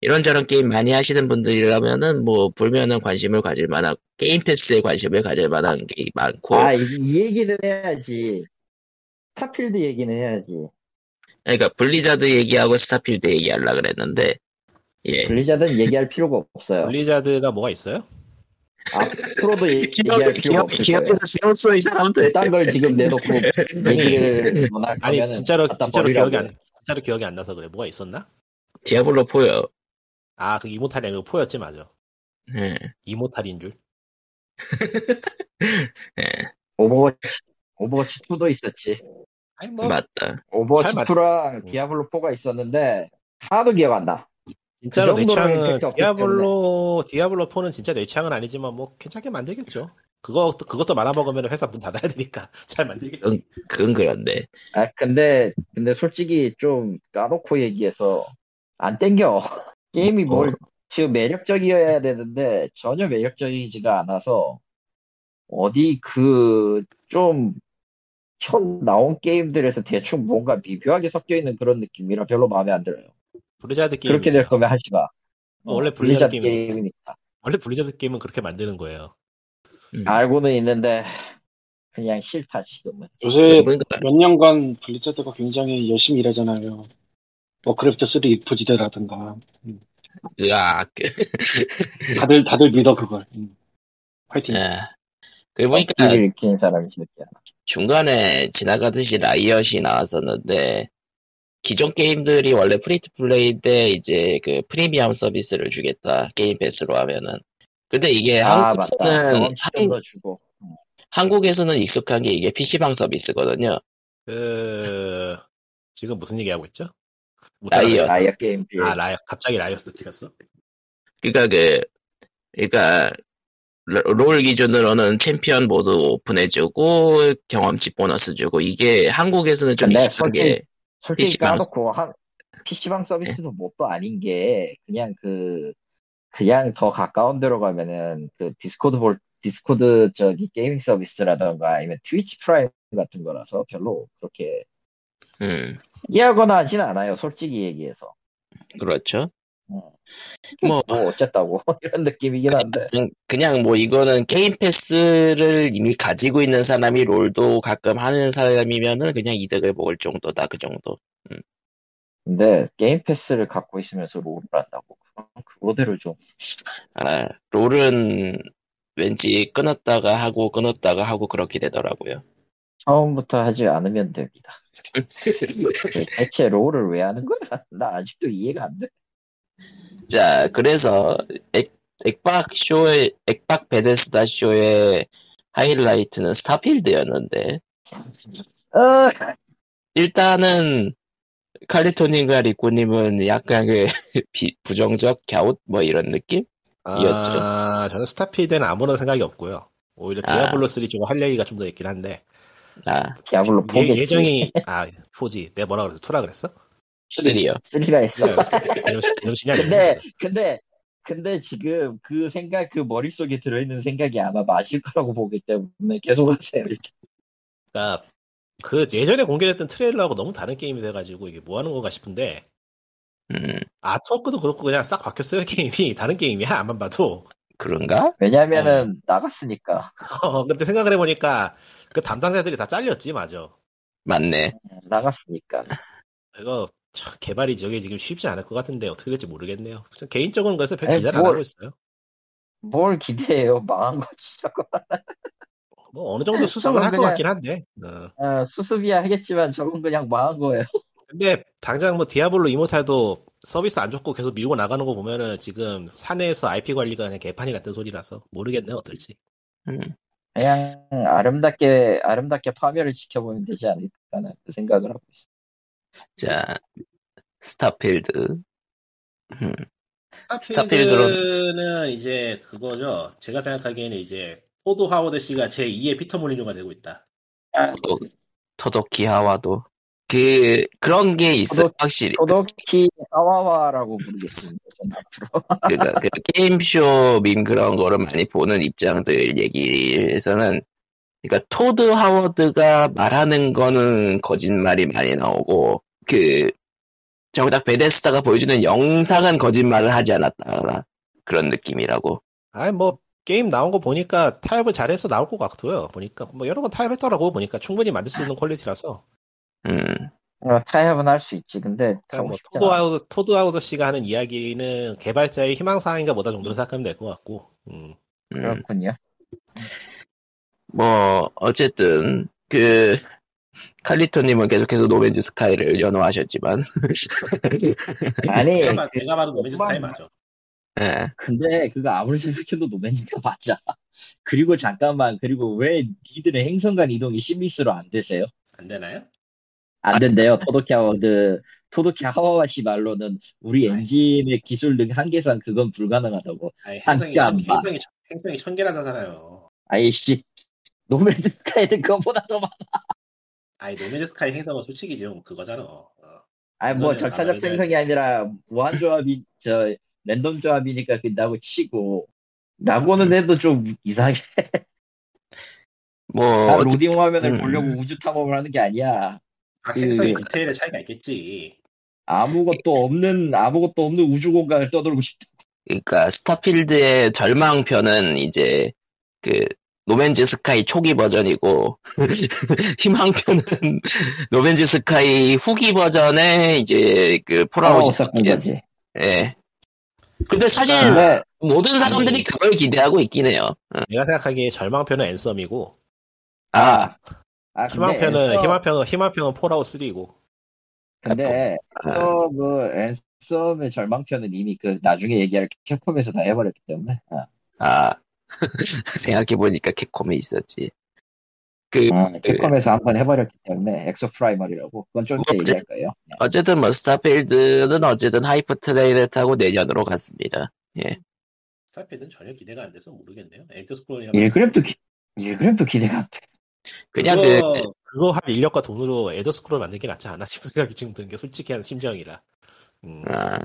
이런저런 게임 많이 하시는 분들이라면은 뭐 불면은 관심을 가질 만한 게임 패스에 관심을 가질 만한 게 많고 아, 이, 이 얘기는 해야지. 스타필드 얘기는 해야지. 그러니까 블리자드 얘기하고 스타필드 얘기하려 그랬는데 예 블리자드는 얘기할 필요가 없어요. 블리자드가 뭐가 있어요? 앞으로도 얘- 얘기할 필요가 없을 거예요. 지웠어 이 사람들 딴 걸 지금 내놓고 얘기를 원할 아니 거면은 진짜로 갖다 진짜로 버리라고 기억이 안 해. 진짜로 기억이 안 나서 그래. 뭐가 있었나? 디아블로 4요. 아 그 이모탈이 아니고 포였지 맞아. 예. 이모탈인 줄. 오버워치 오버워치 2도 있었지. 아니 뭐 맞다. 오버워치 잘 맞- 음. 2랑 디아블로 4가 있었는데 하나도 기억 안 나. 진짜로 그 내 정도로 취향은 임팩트 없기 디아블로 디아블로 4는 진짜 내 취향은 아니지만 뭐 괜찮게 만들겠죠. 그거 그것도 말아먹으면 회사 문 닫아야 되니까 잘 만들겠지. 응. 그건 그런데 아 근데 근데 솔직히 좀 까놓고 얘기해서 안 땡겨. 게임이 어. 뭘 지금 매력적이어야 되는데 전혀 매력적이지가 않아서 어디 그 좀 처음 나온 게임들에서 대충 뭔가 미묘하게 섞여 있는 그런 느낌이라 별로 마음에 안 들어요. 블리자드 게임 그렇게 될 거면 하지 마. 어, 원래 블리자드 블리자드 게임이니까. 원래 블리자드 게임은 그렇게 만드는 거예요. 음. 알고는 있는데 그냥 싫다 지금은. 요새 그러니까 몇 년간 블리자드가 굉장히 열심히 일하잖아요. 워크래프트 3 이프지대라든가 뭐? 으아 다들 다들 믿어 그걸. 음. 파이팅. 예. 그러 보니까 길을 익히는 사람이 싫지 않아. 중간에 지나가듯이 라이엇이 나왔었는데 기존 게임들이 원래 프리트 플레이 때 이제 그 프리미엄 서비스를 주겠다 게임 패스로 하면은 근데 이게 아 맞다. 네, 한국에서는 경험치도 더 주고. 한, 국에서는 익숙한 게 이게 PC방 서비스거든요 그 지금 무슨 얘기 하고 있죠? 못 라이엇. 알아들었어. 라이어 게임 뷰. 아 라이어 갑자기 라이어스 튀겼어? 그러니까 그 그러니까 롤- 롤 기준으로는 챔피언 모두 오픈해주고 경험치 보너스 주고 이게 한국에서는 좀 근데 익숙한 게 솔직히 PC방 네. 까놓고 한 PC방 서비스도 뭣도 아닌 게 그냥 그 그냥 더 가까운 데로 가면은 그 디스코드 볼 디스코드 저기 게이밍 서비스라던가 아니면 트위치 프라임 같은 거라서 별로 그렇게 음 이해하거나 하진 않아요 솔직히 얘기해서 그렇죠 어. 뭐 뭐 어쨌다고 이런 느낌이긴 한데 그냥, 그냥 뭐 이거는 게임 패스를 이미 가지고 있는 사람이 롤도 가끔 하는 사람이면은 그냥 이득을 먹을 정도다 그 정도. 근데 게임 패스를 갖고 있으면서 롤을 한다고 그건 그거대로 좀 아, 롤은 왠지 끊었다가 하고 끊었다가 하고 그렇게 되더라고요. 처음부터 하지 않으면 됩니다 그 대체 롤을 왜 하는 거야 나 아직도 이해가 안돼 자, 그래서 액, 액박 쇼의 액박 베데스다 쇼의 하이라이트는 스타필드였는데 어, 일단은 칼리토님과 리코님은 약간 그 비- 부정적 갸웃 뭐 이런 느낌? 아 저는 스타필드는 아무런 생각이 없고요. 오히려 아. 디아블로 3 좀 할 얘기가 좀 더 있긴 한데 아, 디아블로 예, 포겠지 예정이 아 포지 내가 뭐라 그랬어? 투라 그랬어? 쓰리요. 쓰리라 했어 예. 정신이 근데 근데 근데 지금 그 생각 그 머릿속에 들어있는 생각이 아마 맞을 거라고 보기 때문에 계속 하세요 일단. 그러니까 그 예전에 공개됐던 트레일러하고 너무 다른 게임이 돼가지고 이게 뭐 하는 건가 싶은데 음, 아트워크도 그렇고 그냥 싹 바뀌었어요 게임이 다른 게임이야 안만 봐도 그런가? 왜냐면은 나갔으니까 어, 근데 생각을 해보니까 그 담당자들이 다 잘렸지 맞아 맞네. 나갔으니까 이거 참 개발이 저게 지금 쉽지 않을 것 같은데 어떻게 될지 모르겠네요 저 개인적으로는 그래서 별 에이, 기대를 안 뭘. 하고 있어요 뭘 기대해요 망한 거지 저거 뭐 어느 정도 수습을 저건 할 것 그냥- 같긴 한데 어. 어, 수습이야 하겠지만 저건 그냥 망한 거예요 근데 당장 뭐 디아블로 이모탈도 서비스 안 좋고 계속 밀고 나가는 거 보면은 지금 사내에서 IP 관리가 그냥 개판이 났던 소리라서 모르겠네 어떨지 음. 그냥 아름답게 아름답게 파멸을 지켜보면 되지 않을까라는 그 생각을 하고 있어 자, 스타필드. 음, 스타필드는 이제 그거죠. 제가 생각하기에는 이제 포도 하워드 씨가 제 2의 피터 몰리뉴가 되고 있다. 어, 토도키 하와도. 그, 그런 게 있어, 토도- 확실히. 도도키 아와와라고 부르겠습니다 전 앞으로 그니까, 그 게임쇼 민 그런 거를 많이 보는 입장들 얘기에서는, 그니까, 토드 하워드가 말하는 거는 거짓말이 많이 나오고, 그, 정작 베데스다가 보여주는 영상은 거짓말을 하지 않았다. 그런 느낌이라고. 아니 뭐 게임 나온 거 보니까 타협을 잘해서 나올 것 같고요. 보니까 뭐 여러 번 타협했더라고 보니까 충분히 만들 수 있는 아, 퀄리티라서 음, 어, 타협은 할 수 있지 근데 그러니까 하고 뭐 싶지 않아. 토드 하워드 토드 하워드 씨가 하는 이야기는 개발자의 희망 사항인가 보다 정도로 생각하면 될 것 같고. 음. 음. 그렇군요 뭐 어쨌든 그 칼리토님은 계속해서 노벤즈 스카이를 연호하셨지만 아니 내가, 봐- 그- 내가 봐도 노미즈 스타일 맞아. 예. 근데 그거 아무리 생각해도 노맨즈가 맞아. 그리고 잠깐만, 그리고 왜 니들의 행성간 이동이 시미스로 안 되세요? 안 되나요? 안 된대요. 토도키 하워드, 그, 토도키 하와와 씨 말로는 우리 엔진의 기술 등 한계상 그건 불가능하다고. 아니, 행성이 천- 잠깐만. 행성이 천- 행성이 천 개라잖아요. 아이씨, 노맨즈 스카이는 그거보다 더 많아. 아니 노미즈 스카이 행성은 솔직히 지금 그거잖아. 어. 아니, 뭐 절차적 생성이 아니라 무한조합이, 저, 랜덤 음. 조합이니까 그다고 치고. 라고는 해도 좀 이상해. 뭐 난 어째- 로딩 화면을 음. 보려고 우주 탐험을 하는 게 아니야. 아, 행성의 그- 디테일의 차이가 있겠지. 아무것도 없는 아무것도 없는 우주 공간을 떠돌고 싶다. 그러니까 스타필드의 절망편은 이제 그 노맨즈 스카이 초기 버전이고 희망편은 노맨즈 스카이 후기 버전의 이제 그 폴아웃 삭군 거지. 예. 음. 근데 사실 근데 모든 사람들이 아니. 그걸 기대하고 있긴 해요. 내가 생각하기에 절망편은 앤썸이고 아, 아, 근데 희망편은 앤서- 희망편은 희망편은 폴아웃 3이고 근데 앤서 그 앤썸의 절망편은 이미 그 나중에 얘기할 캡콤에서 다 해버렸기 때문에. 아. 아. 생각해 보니까 캡콤이 있었지. 그 아, 캡콤에서 한번 해버렸기 때문에 엑소 프라이머리라고 그건 좀 이따 뭐, 얘기할 거예요. 네. 어쨌든 뭐 스타필드는 어쨌든 하이퍼 트레인을 타고 내년으로 갔습니다. 스타필드는 전혀 기대가 안 돼서 모르겠네요. 엘더 스크롤이랑 예, 일그램도 기, 일그램도 기대가 안 돼. 그냥 그 그거 그거 할 인력과 돈으로 엘더 스크롤 만든 게 낫지 않아 싶은 생각이 지금 드는 게 솔직한 심정이라. 음. 그러니까 아,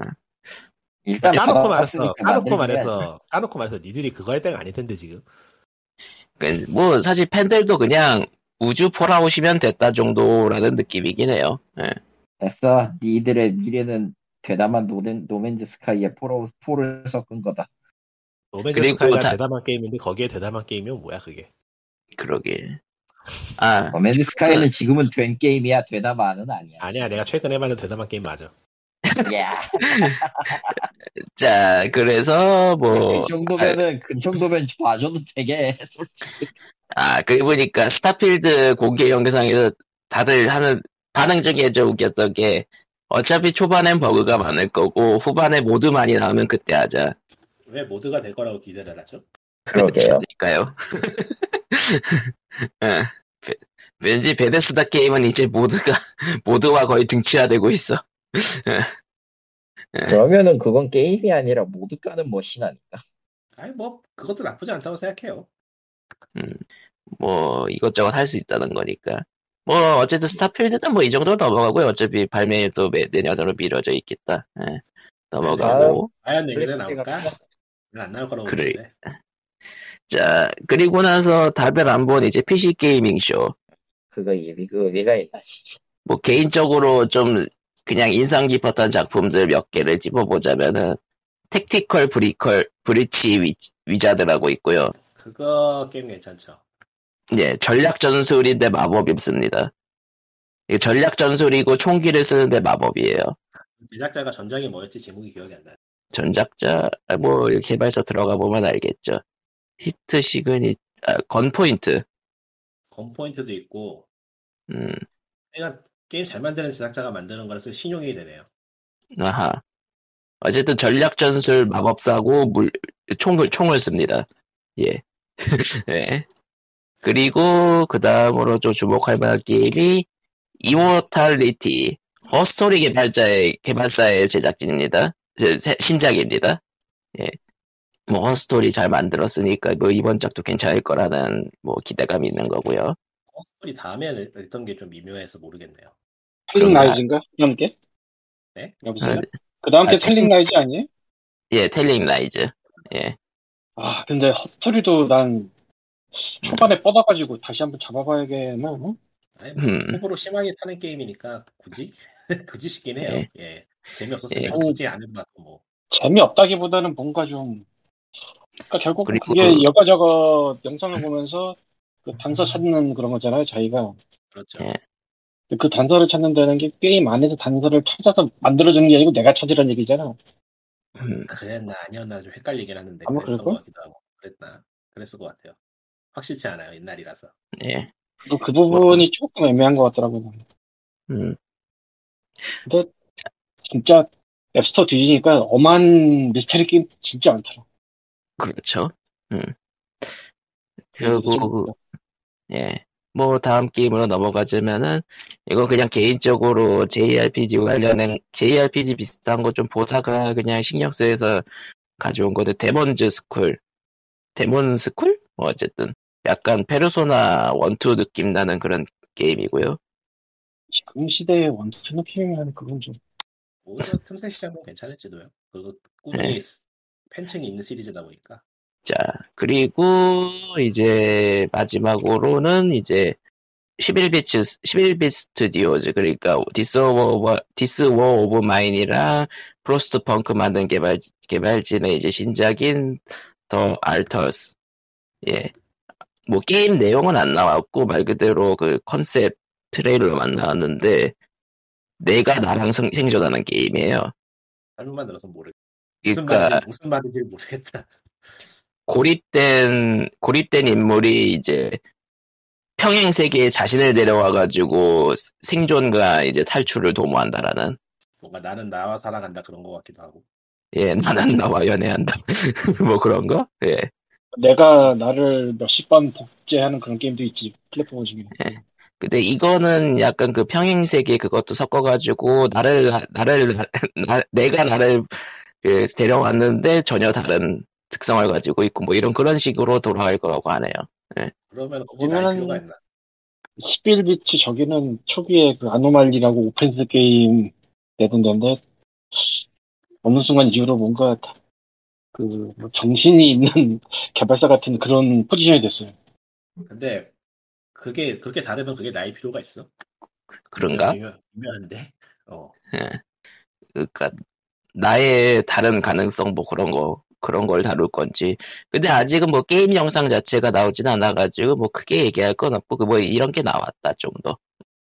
일단 까놓고 말해서 받아봤으니까 네, 까놓고 만들긴 해야지. 말해서 까놓고 말해서 니들이 그거 할 때가 아닐 텐데 지금. 그, 뭐 사실 팬들도 그냥 우주 폴아웃이면 됐다 정도라는 느낌이긴 해요. 예. 됐어. 니들의 미래는 대담한 노맨, 노맨즈 스카이에 포로, 포를 섞은 거다. 로맨즈 그리고 스카이가 다- 대담한 게임인데 거기에 대담한 게임이면 뭐야 그게? 그러게. 아, 노맨즈 스카이는 지금은 된 게임이야. 대담한은 아니야. 아니야 내가 최근에 봤는 대담한 게임 맞아. 야, 자, 그래서 뭐, 그 정도면은 그 정도면 봐줘도 되게 솔직히. 아, 그리 보니까 스타필드 공개 영상에서 다들 하는 반응 중에 좀 웃겼던 게 어차피 초반엔 버그가 많을 거고 후반에 모두 많이 나오면 그때 하자. 왜 모드가 될 거라고 기대를 하죠? 그러니까요. 그러게요. 예. 베- 왠지 베데스다 게임은 이제 모두가 모두와 거의 등치화되고 있어. 그러면은 그건 게임이 아니라 모두 까는 뭐 머신 아닐까? 아니 뭐 그것도 나쁘지 않다고 생각해요. 뭐 이것저것 할 수 있다는 거니까. 뭐 어쨌든 스타필드는 뭐 이 정도로 넘어가고요. 어차피 발매도 매- 내년으로 미뤄져 있겠다. 예. 넘어가고. 아. 과연 그래, 얘기는 나올까? 안 나올 거라고 그래. 보는데. 자 그리고 나서 다들 안 본 이제 PC 게이밍 쇼. 그거 이미 그 의미가 있나 진짜. 뭐 개인적으로 좀 그냥 인상 깊었던 작품들 몇 개를 짚어보자면은 택티컬 브리컬 브리치 위, 위자드라고 있고요. 그거 게임 괜찮죠? 예, 전략 전술인데 마법이 없습니다. 이게 전략 전술이고 총기를 쓰는데 마법이에요. 제작자가 전작이 뭐였지 제목이 기억이 안 나. 전작자 아, 뭐 이렇게 개발사 들어가 보면 알겠죠. 히트 시그니 아, 건 포인트. 건 포인트도 있고 음, 그러니까 게임 잘 만드는 제작자가 만드는 거라서 신용이 되네요. 아하. 어쨌든 전략 전술 마법사고 물 총을 총을 씁니다. 예. 예. 그리고 그 다음으로 좀 주목할 만한 게임이 이모탈리티 허스토리 개발자의 개발사의 제작진입니다. 제- 새- 신작입니다. 예. 뭐 허스토리 잘 만들었으니까 뭐 이번 작도 괜찮을 거라는 뭐 기대감이 있는 거고요. 소리 다음에 냈던 게 좀 미묘해서 모르겠네요. 텔링 그런가? 라이즈인가? 그 다음 게? 네? 여보세요? 아, 그 다음 게 아, 텔링 라이즈 아니에요? 예, 텔링 라이즈. 예. 아, 근데 헛소리도 난 초반에 뻗어가지고 다시 한번 잡아봐야겠나? 어? 아니 뭐 음. 호불호 심하게 타는 게임이니까 굳이 굳이 싶긴 해요. 예. 예. 재미없었으면 예. 굳이 안 해봐도 뭐 재미없다기보다는 뭔가 좀, 그러니까 결국 그리고- 그게 여가저가 영상을 보면서 그 단서 찾는 그런 거잖아요, 자기가. 그렇죠. 예. 근데 그 단서를 찾는다는 게 게임 안에서 단서를 찾아서 만들어주는 게 아니고 내가 찾으라는 얘기잖아. 음, 그랬나 아니었나 좀 헷갈리긴 하는데 아마 그랬던 그럴걸? 것 같기도 하고 그랬나 그랬을 것 같아요. 확실치 않아요 옛날이라서. 예. 그그 부분이 조금 애매한 것 같더라고요. 음. 진짜 앱스토어 뒤지니까 엄한 미스터리 게임 진짜 많더라. 그렇죠. 음. 그리고 예. 뭐 다음 게임으로 넘어가자면은 이거 그냥 개인적으로 JRPG 관련된 JRPG 비슷한 거 좀 보다가 그냥 신경 쓰여서 가져온 건데 데몬즈 스쿨 데몬 스쿨? 뭐 어쨌든 약간 페르소나 원투 느낌 나는 그런 게임이고요. 지금 시대의 원투 느낌이라는 그건 좀 예. 뭐 오히려 틈새 시장은 괜찮을지도요. 그리고 꾸준히 팬층이 있는 시리즈다 보니까 자, 그리고 이제 마지막으로는 이제 11비트 11비 스튜디오즈 그러니까 디스 워 디스 워 오브 마인이랑 프로스트 펑크 만든 개발 개발진의 이제 신작인 더 알터스 예. 뭐 게임 내용은 안 나왔고 말 그대로 그 컨셉 트레일러만 나왔는데 내가 나랑 생- 생존하는 게임이에요. 설명만 들어서 모르겠. 무슨 그러니까 말인지 무슨 말인지 모르겠다. 고립된 고립된 인물이 이제 평행 세계에 자신을 데려와 가지고 생존과 이제 탈출을 도모한다라는 뭔가 나는 나와 살아간다 그런 것 같기도 하고. 예 나는 나와 연애한다 뭐 그런 거 예. 내가 나를 몇십 번 복제하는 그런 게임도 있지 플랫폼 중에 근데 이거는 약간 그 평행 세계 그것도 섞어가지고 나를 나를 나- 내가 나를 그 데려왔는데 전혀 다른 특성을 가지고 있고 뭐 이런 그런 식으로 돌아갈 거라고 하네요. 그러면 굳이 날 보면은- 필요가 있나? 11비트 저기는 초기에 그 아노말리라고 오펜스 게임 내던 데인데 어느 순간 이후로 뭔가 그뭐 정신이 있는 개발사 같은 그런 포지션이 됐어요. 근데 그게 그렇게 다르면 그게 나의 필요가 있어? 그런가? 유명- 유명한데. 어. 그러니까 나의 다른 가능성 뭐 그런 거 그런 걸 다룰 건지. 근데 아직은 뭐 게임 영상 자체가 나오진 않아가지고 뭐 크게 얘기할 건 없고 그뭐 이런 게 나왔다 좀 더.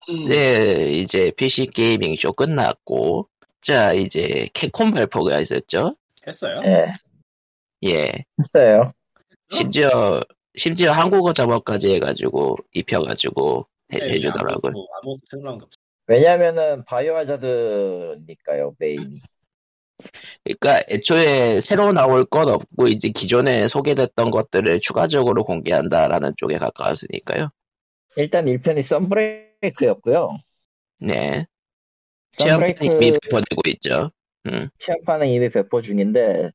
음. 네, 이제 PC 게이밍 쇼 끝났고, 자, 이제 캡콤 발표가 있었죠? 했어요? 예, 예. 했어요. 심지어, 심지어 한국어 자막까지 해가지고, 입혀가지고, 해, 네, 주더라고요 아무것도- 아무것도 생각한 게 없어. 왜냐면은 바이오하자드니까요 메인이. 그러니까 애초에 새로 나올 건 없고, 이제 기존에 소개됐던 것들을 추가적으로 공개한다라는 쪽에 가까웠으니까요. 일단 1편이 썬브레이크였고요. 네. 체험판이 이미 썬브레이크 배포되고 있죠. 체험판은 이미 배포 중인데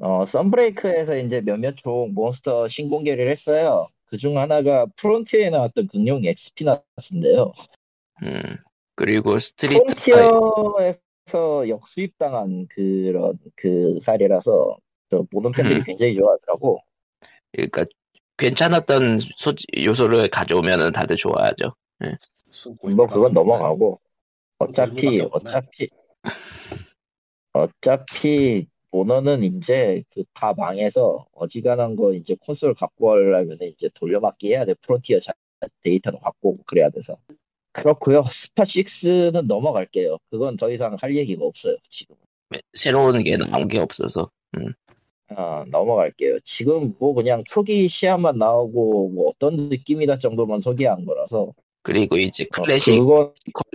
어 썬브레이크에서 이제 몇몇 종 몬스터 신공개를 했어요. 그 중 하나가 프론티어에 나왔던 극룡 엑스피나스인데요. 음. 그리고 스트리트 아, 파이, 프론티어에서 역수입당한 그런 그 사례라서 저 모든 팬들이 음. 굉장히 좋아하더라고. 그러니까 괜찮았던 소, 요소를 가져오면은 다들 좋아하죠. 순- 뭐 그건 넘어가고 의무밖에 어차피 뭐 없구나. 어차피 어차피 모너는 이제 그 다 망해서 어지간한 거 이제 콘솔 갖고 하려면 이제 돌려막기 해야 돼 프론티어 자- 데이터도 갖고 오고 그래야 돼서 그렇고요 스파 6는 넘어갈게요 그건 더 이상 할 얘기가 없어요 지금 새로운 게 음. 나온 게 없어서. 아, 넘어갈게요 지금 뭐 그냥 초기 시야만 나오고 뭐 어떤 느낌이다 정도만 소개한 거라서 그리고 이제 어, 클래식 그건 는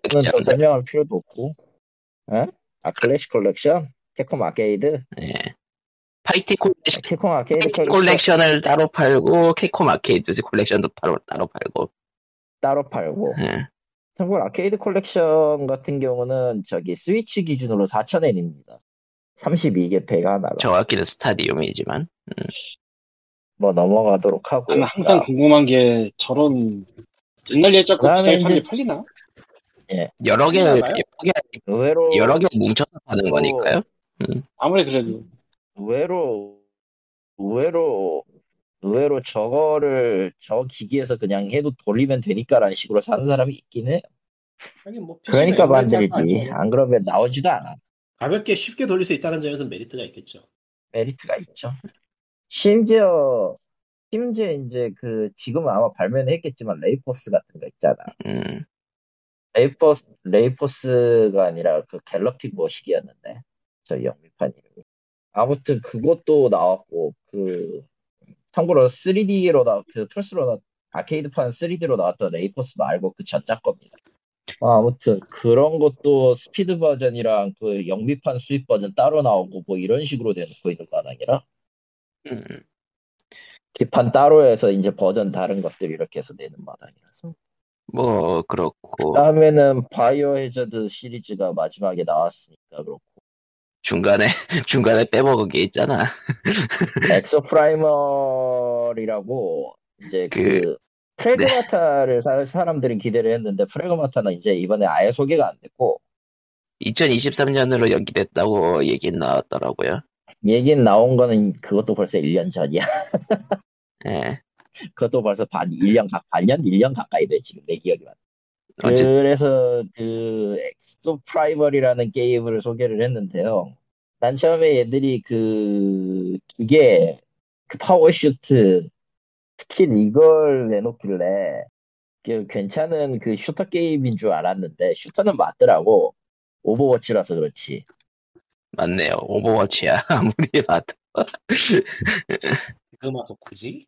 컬렉션. 더 설명할 필요도 없고. 에? 아 클래식 컬렉션? 캡콤 아케이드? 예. 파이팅 콜렉션, 캡콤 아케이드 파이팅 컬렉션 콜렉션을 따로 팔고 캡콤 아케이드 콜렉션도 따로 따로 팔고. 따로 팔고. 예. 참고로 아케이드 컬렉션 같은 경우는 저기 스위치 기준으로 4,000엔입니다. 32개 배가 하나가. 정확히는 스타디움이지만. 뭐 넘어가도록 하고. 그러니까 나는 항상 궁금한 게 저런 옛날 예작 그 그다음에 비싼 판이 이제- 팔리나? 여러 개 여러 그런가요? 개 의외로 여러 개 뭉쳐서 파는 또- 거니까요. 아무리 그래도 의외로 의외로 의외로 저거를 저 기기에서 그냥 해도 돌리면 되니까라는 식으로 사는 사람이 있긴 해. 하긴 뭐 PC나 그러니까 옛날 만들지. 장판. 안 그러면 나오지도 않아. 가볍게 쉽게 돌릴 수 있다는 점에서 메리트가 있겠죠. 메리트가 있죠. 심지어, 심지어 이제 그, 지금 아마 발매는 했겠지만, 레이포스 같은 거 있잖아. 음. 레이포스, 레이포스가 아니라 그 갤럭틱 머시기였는데, 저 영미판 이름이. 아무튼 그것도 나왔고, 그, 참고로 3D로 나, 그 플스로 나, 아케이드판 3D로 나왔던 레이포스 말고 그 전작 겁니다. 아, 아무튼 그런 것도 스피드 버전이랑 그 영미판 수입 버전 따로 나오고 뭐 이런 식으로 내놓고 있는 마당이라 음. 기판 따로 해서 이제 버전 다른 것들 이렇게 해서 내는 마당이라서 뭐 그렇고 다음에는 바이오 해저드 시리즈가 마지막에 나왔으니까 그렇고 중간에 중간에 빼먹은 게 있잖아. 엑소 프라이멀이라고 이제 그, 그- 프레그마타를 사- 사람들은 기대를 했는데 프레그마타는 이제 이번에 아예 소개가 안 됐고 2023년으로 연기됐다고 얘기 나왔더라고요. 얘기 나온 거는 그것도 벌써 1년 전이야. 예. 그것도 벌써 반 1년 가 반년 1년 가까이 돼 지금 내 기억이 맞. 어쨌든 예. 그래서 그 엑소 프라이머리라는 게임을 소개를 했는데요. 난 처음에 얘들이 그 이게 그 파워슈트 스킬 이걸 내놓길래 그 괜찮은 그 슈터 게임인 줄 알았는데 슈터는 맞더라고 오버워치라서 그렇지 맞네요. 오버워치야 아무리 봐도. 지금 그 와서 굳이?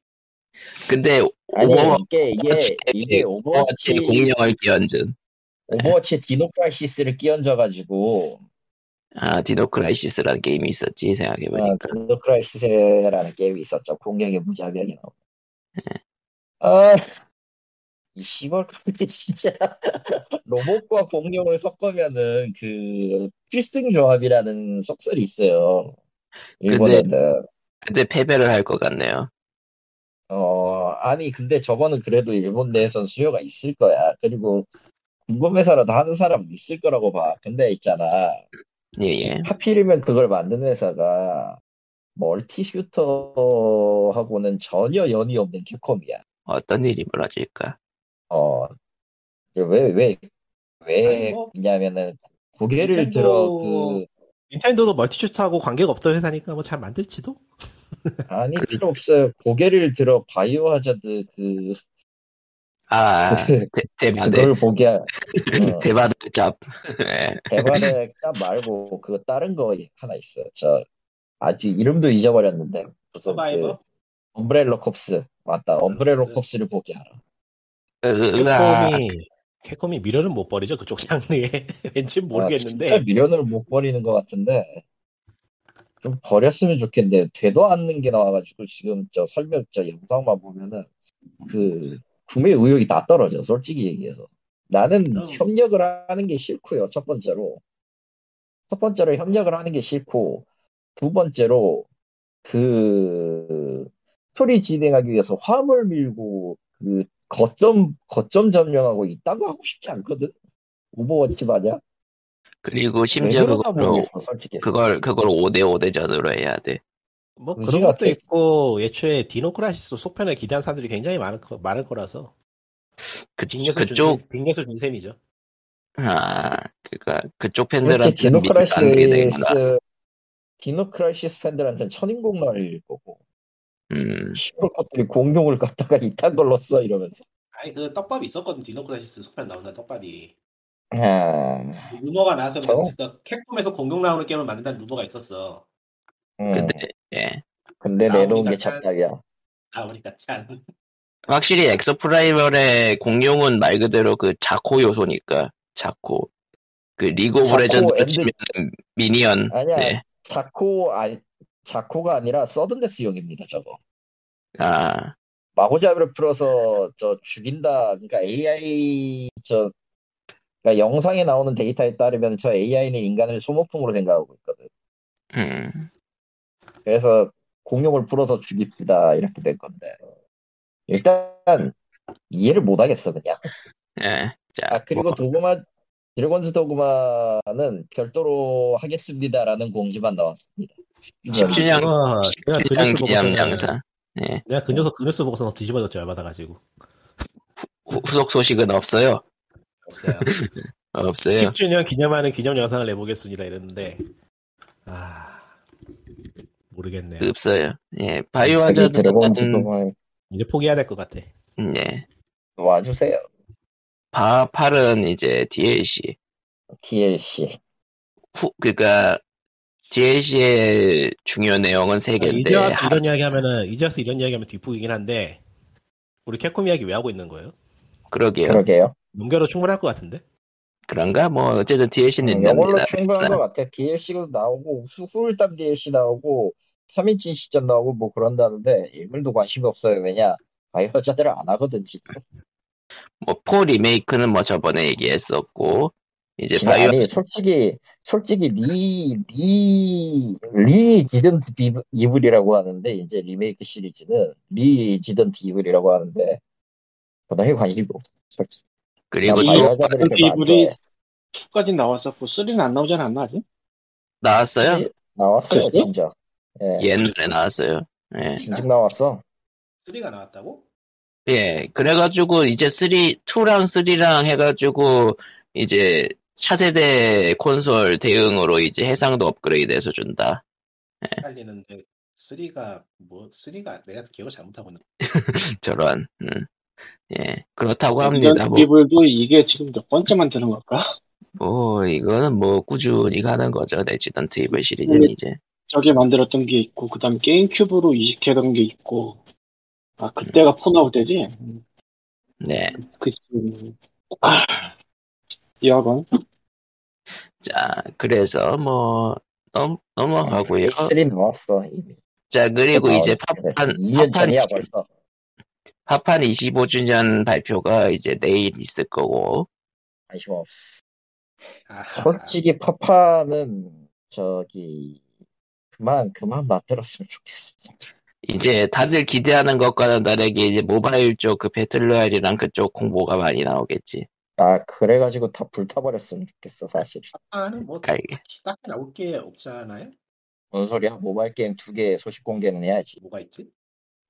근데 아니 오버 이게 이게 이게 오버워치 네. 오버워치 공룡을 끼얹은 오버워치 디노크라시스를 끼얹어가지고 아 디노크라이시스라는 게임이 있었지 생각해보니까 디노크라시스라는 어, 게임이 있었죠 공격의 무자병이 나오고 네. 아, 이 시벌 카페 진짜 로봇과 공룡을 섞으면은 그 필승 조합이라는 속설이 있어요 근데- 일본에는 근데 패배를 할 것 같네요. 어, 아니, 근데 저거는 그래도 일본 내에선 수요가 있을 거야. 그리고 궁금해서라도 하는 사람은 있을 거라고 봐. 근데 있잖아. 예예. 하필이면 그걸 만든 회사가 멀티 슈터하고는 전혀 연이 없는 캡콤이야. 어떤 일이 벌어질까? 어, 왜, 왜, 아니, 왜 뭐, 그러냐면은 고개를 닌텐도- 들어 그, 닌텐도도 멀티슈트하고 관계가 없던 회사니까 뭐 잘 만들지도? 그 아니, 필요 없어요. 고개를 들어 바이오 하자드 그, 아 대- 대바대 그걸 보게, 할- 어. 대바대 짭. 예. 대만의 딱 말고 그거 다른 거 하나 있어. 저 아주 이름도 잊어버렸는데 무슨 그 서바이버? 엄브렐러 콥스 맞다. 엄브렐러 그- 콥스를 보게 하라. 으, 으아. 그 캡콤이 캡콤이 미련은 못 버리죠 그쪽 장르에 왠지 아, 진짜 모르겠는데 미련을 못 버리는 것 같은데 좀 버렸으면 좋겠는데 되도 않는 게 나와가지고 지금 저 설명 저 영상만 보면은 그 구매 의욕이 다 떨어져. 솔직히 얘기해서 나는 어. 음. 협력을 하는 게 싫고요. 첫 번째로 첫 번째로 협력을 하는 게 싫고 두 번째로 그 스토리 진행하기 위해서 화물 밀고 그 거점 거점 점령하고 이딴 거 하고 싶지 않거든. 오버워치 마냥 그리고 왜 심지어 그런가 그걸로 모르겠어 솔직히. 그걸 그걸 5대 5대 전으로 해야 돼. 뭐 음, 의지가 그런 것도 없겠지. 있고 애초에 디노크라시스 속편을 기대한 사람들이 굉장히 많을, 거- 많을 거라서 그, 빅녀수 그쪽 준, 빅녀수 준셈이죠 아 그니까 그쪽 그렇지 팬들한테는 믿는 게 되게 많아. 디노크라시스 디노크라시스 팬들한테는 천인공말일 거고 음 시골 것들이 공룡을 갖다가 이딴 걸로 써 이러면서. 아니 그 떡밥이 있었거든 디노크라시스 속편 나온다 떡밥이 아, 루머가 나와서 어? 저? 그러니까 캡콤에서 공룡 나오는 게임을 만든다는 루머가 있었어 음, 근데 예. 근데 내놓은 게 나옵니다. 작작이야. 나오니까 짠 확실히 엑소프라이멀의 공룡은 말 그대로 그 자코 요소니까 자코 그 리그 오브 자코 레전드로 앤드- 치면 미니언 아니야. 네. 자코 아니 자코가 아니라 서든데스용입니다 저거. 아 마구잡이를 풀어서 저 죽인다. 그러니까 AI 저 그러니까 영상에 나오는 데이터에 따르면 저 AI는 인간을 소모품으로 생각하고 있거든. 음. 그래서 공룡을 풀어서 죽입시다 이렇게 된 건데 일단 이해를 못 하겠어 그냥. 예. 자, 아 그리고 뭐, 도구마 드래곤즈 도구마는 별도로 하겠습니다라는 공지만 나왔습니다. 십칠- 그냥- 아, 내가 그 뉴스 그냥 보고서는 기념 양사. 예. 내가 그 녀석 그 뉴스 보고서 뒤집어졌죠 열받아가지고 후, 속 소식은 없어요. 없어요 없어요. 10주년 기념하는 기념 영상을 내보겠습니다 이랬는데 아 모르겠네요 없어요. 아, 예. 바이오 저기 하자드 드래곤즈 도구마 이제 포기해야 될 것 같아 예. 와주세요. 바 팔은 이제 DLC. DLC. 후 그러니까 DLC의 중요 내용은 아, 세 개인데 아, 이제 와서 하- 이런 이야기하면은 이제 와서 이런 이야기하면 뒷북이긴 한데 우리 캡콤 이야기 왜 하고 있는 거예요? 그러게요. 그러게요. 넘겨도 충분할 것 같은데 그런가? 뭐 어쨌든 DLC는 이걸로 있답니다. 충분한 것 같아. DLC도 나오고 수술담 DLC 나오고 3인칭 시점 나오고 뭐 그런다는데 일물도 관심이 없어요. 왜냐? 아이 여자들을 안 하거든 지금. 뭐포 리메이크는 뭐 저번에 얘기했었고 이제 지금 예, 바이오 아니 솔직히 솔직히 리리 리지던트 이블이라고 하는데 이제 리메이크 시리즈는 리지던트 이블이라고 하는데 그다음에 관심이 없어. 솔직히. 그리고 이- 또 여자들을 별로 안 이블이- 좋아해. 2까지 나왔었고 3는 안 나오지 않았나 아직? 나왔어요. 나왔어요 그랬어요? 진짜. 예. 옛날에 나왔어요. 예. 지금 나왔어. 3가 나왔다고? 예, 그래가지고 이제 3, 2랑 3랑 해가지고 이제 차세대 콘솔 대응으로 이제 해상도 업그레이드해서 준다. 헷갈리는데 3가 뭐 3가 내가 기억을 잘못하고 있는 저런. 음. 예, 그렇다고 완전 합니다. 뭐, 드리블도 이게 지금 몇 번째 만드는 걸까? 뭐 이거는 뭐 꾸준히 가는 거죠. 레지던트 이블 시리즈는 네. 이제. 저기 만들었던 게 있고 그다음 게임큐브로 이식해던 게 있고 아 음. 그때가 폰아웃 되지? 그 네. 글쎄 아 여하간 아, 자, 그래서 뭐 넘, 넘어가고요. 3 나왔어. 이미. 자, 그리고 이제 그래서 팝판 2년 팝판 네, 전이야 20 벌써. 팝판 25주년 발표가 이제 내일 있을 거고. 관심 없어. 아, 솔직히 파파는 저기 그만 그만 만들었으면 좋겠습니다. 이제 다들 기대하는 것과는 다르게 이제 모바일 쪽 그 배틀로얄이랑 그쪽 공보가 많이 나오겠지. 아 그래가지고 다 불타버렸으면 좋겠어 사실. 파파는 뭐 그러니까 이게 딱히 나올 게 없잖아요? 뭔 소리야? 모바일 게임 두 개 소식 공개는 해야지. 뭐가 있지?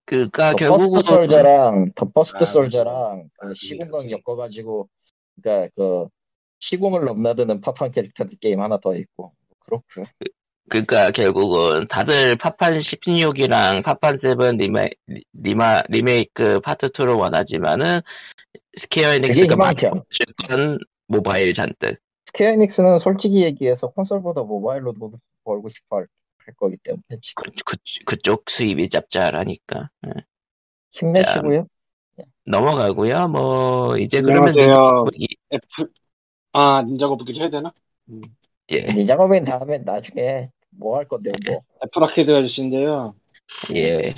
그니까 더 아, 그러니까 결국은 퍼스트 솔저랑 더 퍼스트 아, 솔저랑 아, 그 시공간 그치. 엮어가지고 그러니까 그 시공을 넘나드는 팝판 캐릭터들 게임 하나 더 있고 그렇고요. 그니까 그러니까 결국은 다들 파판 16이랑 파판 7 리메 리마 리메이크 파트 2를 원하지만은 스퀘어 그게 엔닉스가 희망이야. 맞출건 모바일 잔뜩. 스퀘어 에닉스는 솔직히 얘기해서 콘솔보다 모바일로 돈 벌고 싶어 할, 할 거기 때문에 지금 그, 그, 그쪽 수입이 짭짤하니까. 예. 힘내시고요. 넘어가고요. 뭐 이제 그러면 네. 안녕하세요 이- 애플 아 닌자고 보기를 해야 되나? 예, 네 작업인 다음에 나중에 뭐 할 건데 뭐 애플 아케이드 아저씨인데요 예.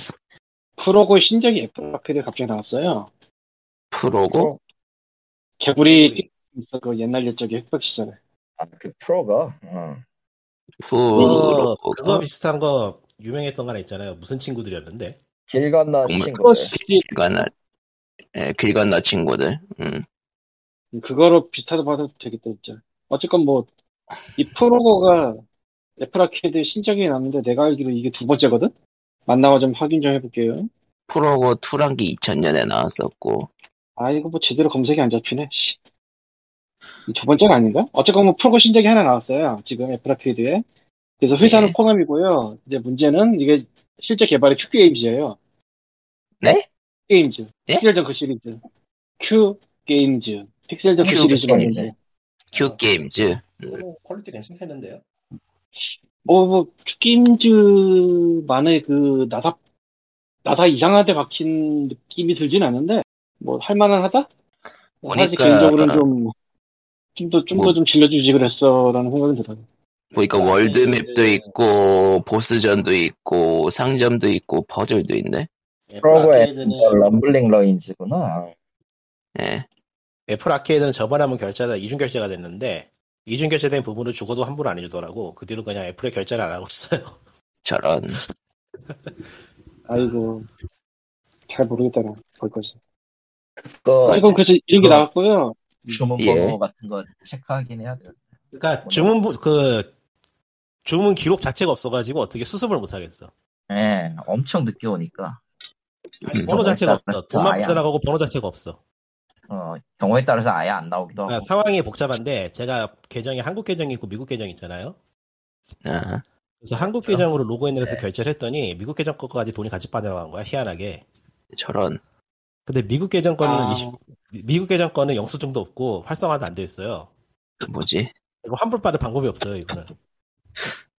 프로고 신작이 애플 아케이드에 갑자기 나왔어요 프로고 네. 개구리 있어 그 옛날 옛적에 흑백 시절에 아, 그 프로가 어. 그거, 프로 그거 비슷한 거 유명했던 거 하나 있잖아요. 무슨 친구들이었는데. 길 건너 정말 친구들 그것이 길 건너 예, 길 건너 친구들. 음. 그거로 비슷하다 봐도 되겠다 진짜 어쨌건 뭐 이 프로고가 애플 아케이드 신작이 나왔는데 내가 알기로 이게 두 번째거든? 만나가 좀 확인 좀 해볼게요 프로고 2란 게 2000년에 나왔었고 아, 이거 뭐 제대로 검색이 안 잡히네. 씨. 이두 번째가 아닌가? 어쨌건 뭐 프로고 신작이 하나 나왔어요. 지금 애플 아케이드에. 그래서 회사는 네. 코남이고요. 이제 문제는 이게 실제 개발이 Q게임즈예요. 네? 게임즈. 네? 픽셀전 그 시리즈. Q게임즈. 픽셀전 그 Q 시리즈 게임즈. 맞는데. Q 게임즈. 뭐 퀄리티 괜찮겠는데요? 뭐, 뭐, Q게임즈만의 그 나사, 나사 이상한데 박힌 느낌이 들진 않은데, 뭐, 할만은 하다? 사실 보니까- 개인적으로는 좀, 좀 더, 좀 더 뭐- 좀 질려주지 그랬어라는 생각이 들어요. 보니까 아니, 뭐 월드맵도 네. 있고 보스전도 있고 상점도 있고 퍼즐도 있네. 애플 프로그의 아케이드는 럼블링 러인즈구나. 예. 애플 아케이드는 저번에 한번 결제하다 이중 결제가 됐는데 이중 결제된 부분을 죽어도 환불 안 해주더라고. 그 뒤로 그냥 애플에 결제를 안 하고 있어요. 저런. 아이고, 잘 모르겠다는 볼 거지. 그거 이건 그래서 이런 게 그거- 나왔고요. 주문 예. 번호 같은 거 체크하긴 해야 돼. 그러니까 주문 부- 그 주문 기록 자체가 없어가지고 어떻게 수습을 못 하겠어. 예, 엄청 늦게 오니까 아니, 음. 번호 자체가 없어. 돈만 아예 안- 들어가고 번호 자체가 없어. 어, 경우에 따라서 아예 안 나오기도 하고. 그러니까 상황이 복잡한데 제가 계정이 한국 계정이 있고 미국 계정 있잖아요. 아, 그래서 한국 그렇죠. 계정으로 로그인해서 결제를 했더니 미국 계정 거까지 돈이 같이 빠져나간 거야 희한하게. 저런. 근데 미국 계정 거는 아. 20 미국 계정 거는 영수증도 없고 활성화도 안 돼 있어요. 뭐지? 이거 환불 받을 방법이 없어요 이거는.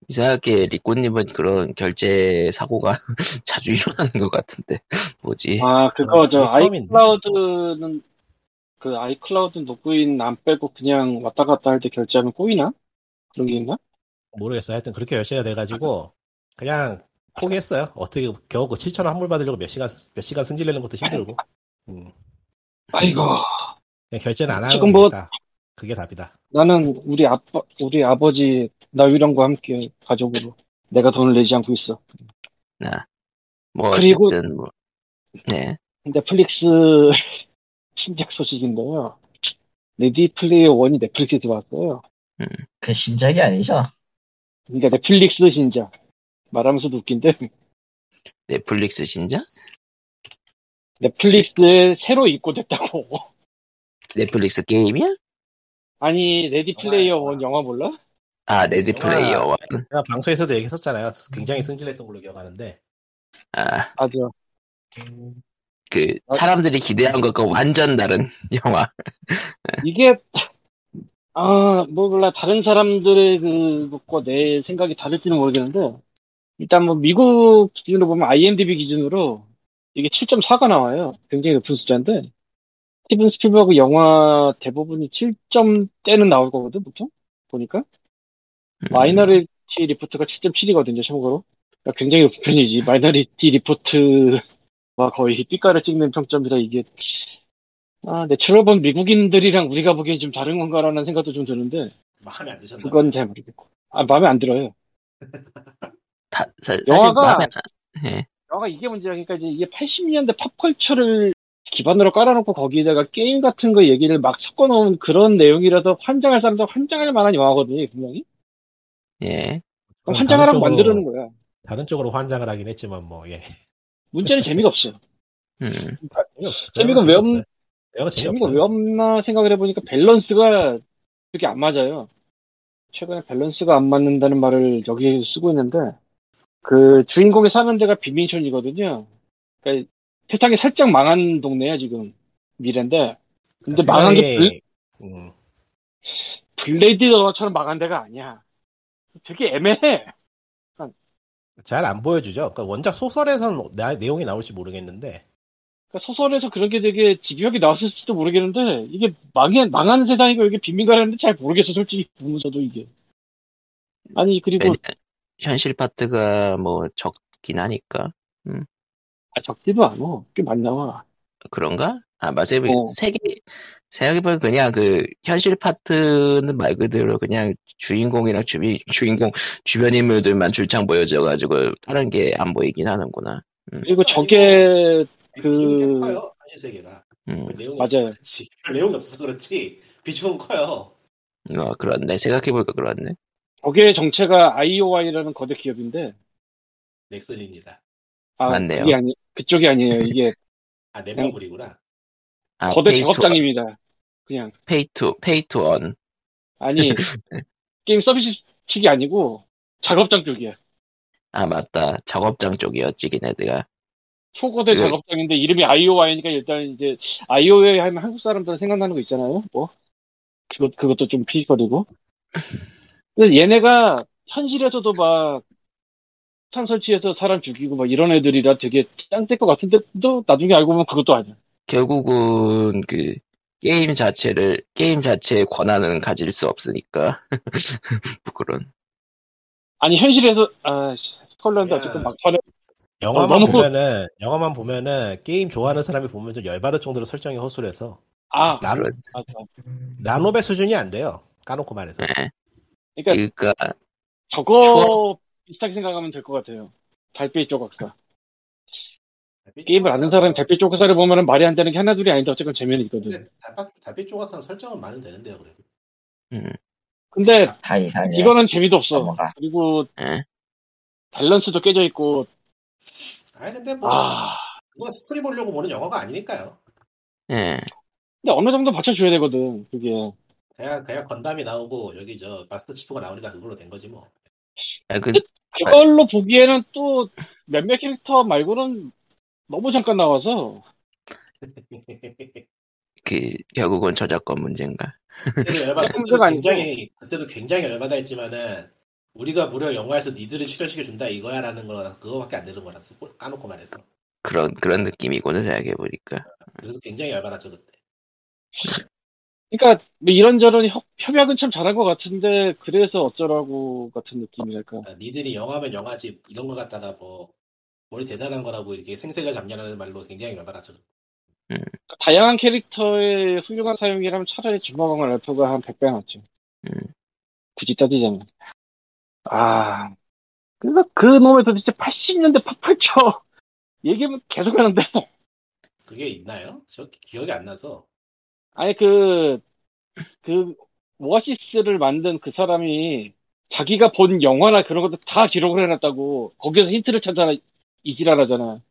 이상하게 리꼬님은 그런 결제 사고가 자주 일어나는 것 같은데 뭐지? 아, 그거 저 이게 처음인데. 아이클라우드는, 그 아이클라우드 노부인 안 빼고 그냥 왔다 갔다 할 때 결제하면 꼬이나? 그런 게 있나? 모르겠어요. 하여튼 그렇게 결제가 돼가지고 그냥 포기했어요. 어떻게 겨우 그 7천 원 환불 받으려고 몇 시간 몇 시간 승질내는 것도 힘들고. 음, 아이고, 그냥 결제는 안 하는 지금 게 뭐- 다- 그게 답이다. 나는 우리 아빠, 우리 아버지, 나유령과 함께 가족으로 내가 돈을 내지 않고 있어. 뭐 그리고- 어쨌든 뭐. 네. 넷플릭스 신작 소식인데요. 레디 플레이어 1이 넷플릭스에 들어왔어요. 그 신작이 아니죠? 그러니까 넷플릭스 신작. 말하면서도 웃긴데 넷플릭스 신작? 넷플릭스에 새로 입고됐다고. 넷플릭스 게임이야? 아니 레디 플레이어 영화야, 원 영화 몰라? 아, 레디 아. 플레이어 원. 네. 제가 방송에서도 얘기했었잖아요. 굉장히 승질냈던 걸로 기억하는데. 아, 맞아. 음. 그 사람들이 기대한 것과 완전 다른 영화. 이게 아뭐 몰라 다른 사람들의 그 것과 내 생각이 다를지는 모르겠는데 일단 뭐 미국 기준으로 보면 IMDb 기준으로 이게 7.4가 나와요. 굉장히 높은 숫자인데 스티븐 스필버그 영화 대부분이 7점대는 나올 거거든 보통 보니까 음, 마이너리티 리포트가 7.7이거든요, 참고로. 그러니까 굉장히 높은 편이지. 마이너리티 리포트와 거의 삐까를 찍는 평점이라 이게, 아, 내추럴 본 미국인들이랑 우리가 보기엔 좀 다른 건가라는 생각도 좀 드는데, 마음에 안 드셨나? 그건 잘 모르겠고. 아, 마음에 안 들어요. 다, 사, 사실 영화가- 마음에 안- 예. 영화가 이게 문제라니까 이제 이게 80년대 팝컬처를 기반으로 깔아놓고 거기에다가 게임 같은 거 얘기를 막 섞어놓은 그런 내용이라서 환장할 사람도 환장할 만한 영화거든요, 분명히. 예. 그럼 다른 환장하라고 쪽으로- 만들어놓은 거야. 다른 쪽으로 환장을 하긴 했지만 뭐 예. 문제는 재미가 없어. 음. 재미없어. 재미가 왜 없- 내가 재미가 재미없어. 왜 없나 생각을 해보니까 밸런스가 되게 안 맞아요. 최근에 밸런스가 안 맞는다는 말을 여기에 쓰고 있는데, 그 주인공이 사는 데가 빈민촌이거든요. 그러니까 세상이 살짝 망한 동네야, 지금. 미래인데, 근데 망한 게 세상에- 음, 블레이드처럼 망한 데가 아니야. 되게 애매해. 그러니까 잘안 보여주죠. 그러니까 원작 소설에서는 나- 내용이 나올지 모르겠는데 그러니까 소설에서 그런 게 되게 집요하게 나왔을지도 모르겠는데, 이게 망한, 망한 세상이고 이게 빈민가라는데 잘 모르겠어, 솔직히. 보면서도 이게. 아니, 그리고 왜냐- 현실 파트가 뭐 적긴 하니까. 아, 적지도 않아. 꽤 많이 나와. 그런가? 아, 맞아요. 어. 세계, 생각해보면 그냥 그 현실 파트는 말 그대로 그냥 주인공이랑 주비, 주인공, 주변 인물들만 줄창 보여져가지고 다른 게 안 보이긴 하는구나. 아, 그리고 저게 그- 비중이 커요 현실 세계가 음, 내용이 없어서 맞아요. 그렇지 내용이 없어서 그렇지 비중은 커요 어, 그렇네. 생각해보니까 그렇네. 저게 정체가 IOI라는 거대 기업인데 넥슨입니다 아, 맞네요. 그게 아니 그쪽이 아니에요. 이게 아 넷마블이구나 아, 거대 페이 투, 작업장입니다. 그냥 페이 투, 페이 투 원. 아니 게임 서비스 측이 아니고 작업장 쪽이야. 아, 맞다. 작업장 쪽이었지, 걔네들가. 초거대 네. 작업장인데 이름이 IOI니까 일단 이제 IOI 하면 한국 사람들은 생각나는 거 있잖아요. 뭐 그것 그것도 좀 피식거리고. 근데 얘네가 현실에서도 막 탄 설치해서 사람 죽이고 막 이런 애들이라 되게 짱될 것 같은데 또 나중에 알고 보면 그것도 아니야. 결국은 그 게임 자체를, 게임 자체의 권한은 가질 수 없으니까. 뭐 그런. 아니 현실에서 아 씨, 스콜랜드 어쨌든 야. 막판에 영화만 어, 너무- 보면은 영화만 보면은 게임 좋아하는 사람이 보면 좀 열받을 정도로 설정이 허술해서 아 나, 그런. 맞아. 나노배 수준이 안 돼요. 까놓고 네. 말해서. 예. 그러니까 그러니까, 저거 추억. 비슷하게 생각하면 될 것 같아요. 달빛 조각사. 달빛 게임을 아는 사람이 달빛 조각사를 보면은 말이 안 되는 게 하나 둘이 아닌데 어쨌건 재미는 있거든. 근데 달빛, 달빛 조각상 설정은 많은 되는데요 그래도 아, 음, 근데 다 이상해. 이거는 재미도 없어. 예. 넘어가. 그리고 예. 밸런스도 깨져 있고 아니 근데 뭐 아 그건 스토리 보려고 보는 영화가 아니니까요 예. 근데 어느 정도 받쳐줘야 되거든. 그게 그냥 그냥 건담이 나오고 여기 저 마스터 치프가 나오니까 그걸로 된 거지 뭐 아, 그, 그걸로 보기에는 또 몇몇 캐릭터 말고는 너무 잠깐 나와서 그, 결국은 저작권 문제인가. 그때도 열받, 문제가 그때도 네, 아니고. 굉장히 그때도 굉장히 열받아 했지만은 우리가 무려 영화에서 니들을 출연시켜 준다 이거야라는 거 그거밖에 안 되는 거라서 꼴- 까놓고 말해서 그런, 그런 느낌이구나, 생각해보니까. 그래서 굉장히 열받았죠 그때 그러니까 뭐 이런저런 협, 협약은 참 잘한 것 같은데 그래서 어쩌라고 같은 느낌이랄까. 아, 니들이 영화면 영화지 이런 거 갖다가 뭐 머리 대단한 거라고 이렇게 생색을 잡냐라는 말로 굉장히 열받았죠 다양한 캐릭터의 훌륭한 사용이라면 차라리 주먹왕을 알프가 한 100배 낫죠. 음. 굳이 따지자면. 아, 그그 놈의 도대체 80년대 팝컬쳐 얘기하면 계속 하는데. 그게 있나요? 저 기- 기억이 안 나서 아니, 그, 그, 오아시스를 만든 그 사람이 자기가 본 영화나 그런 것도 다 기록을 해놨다고 거기에서 힌트를 찾잖아 이지랄하잖아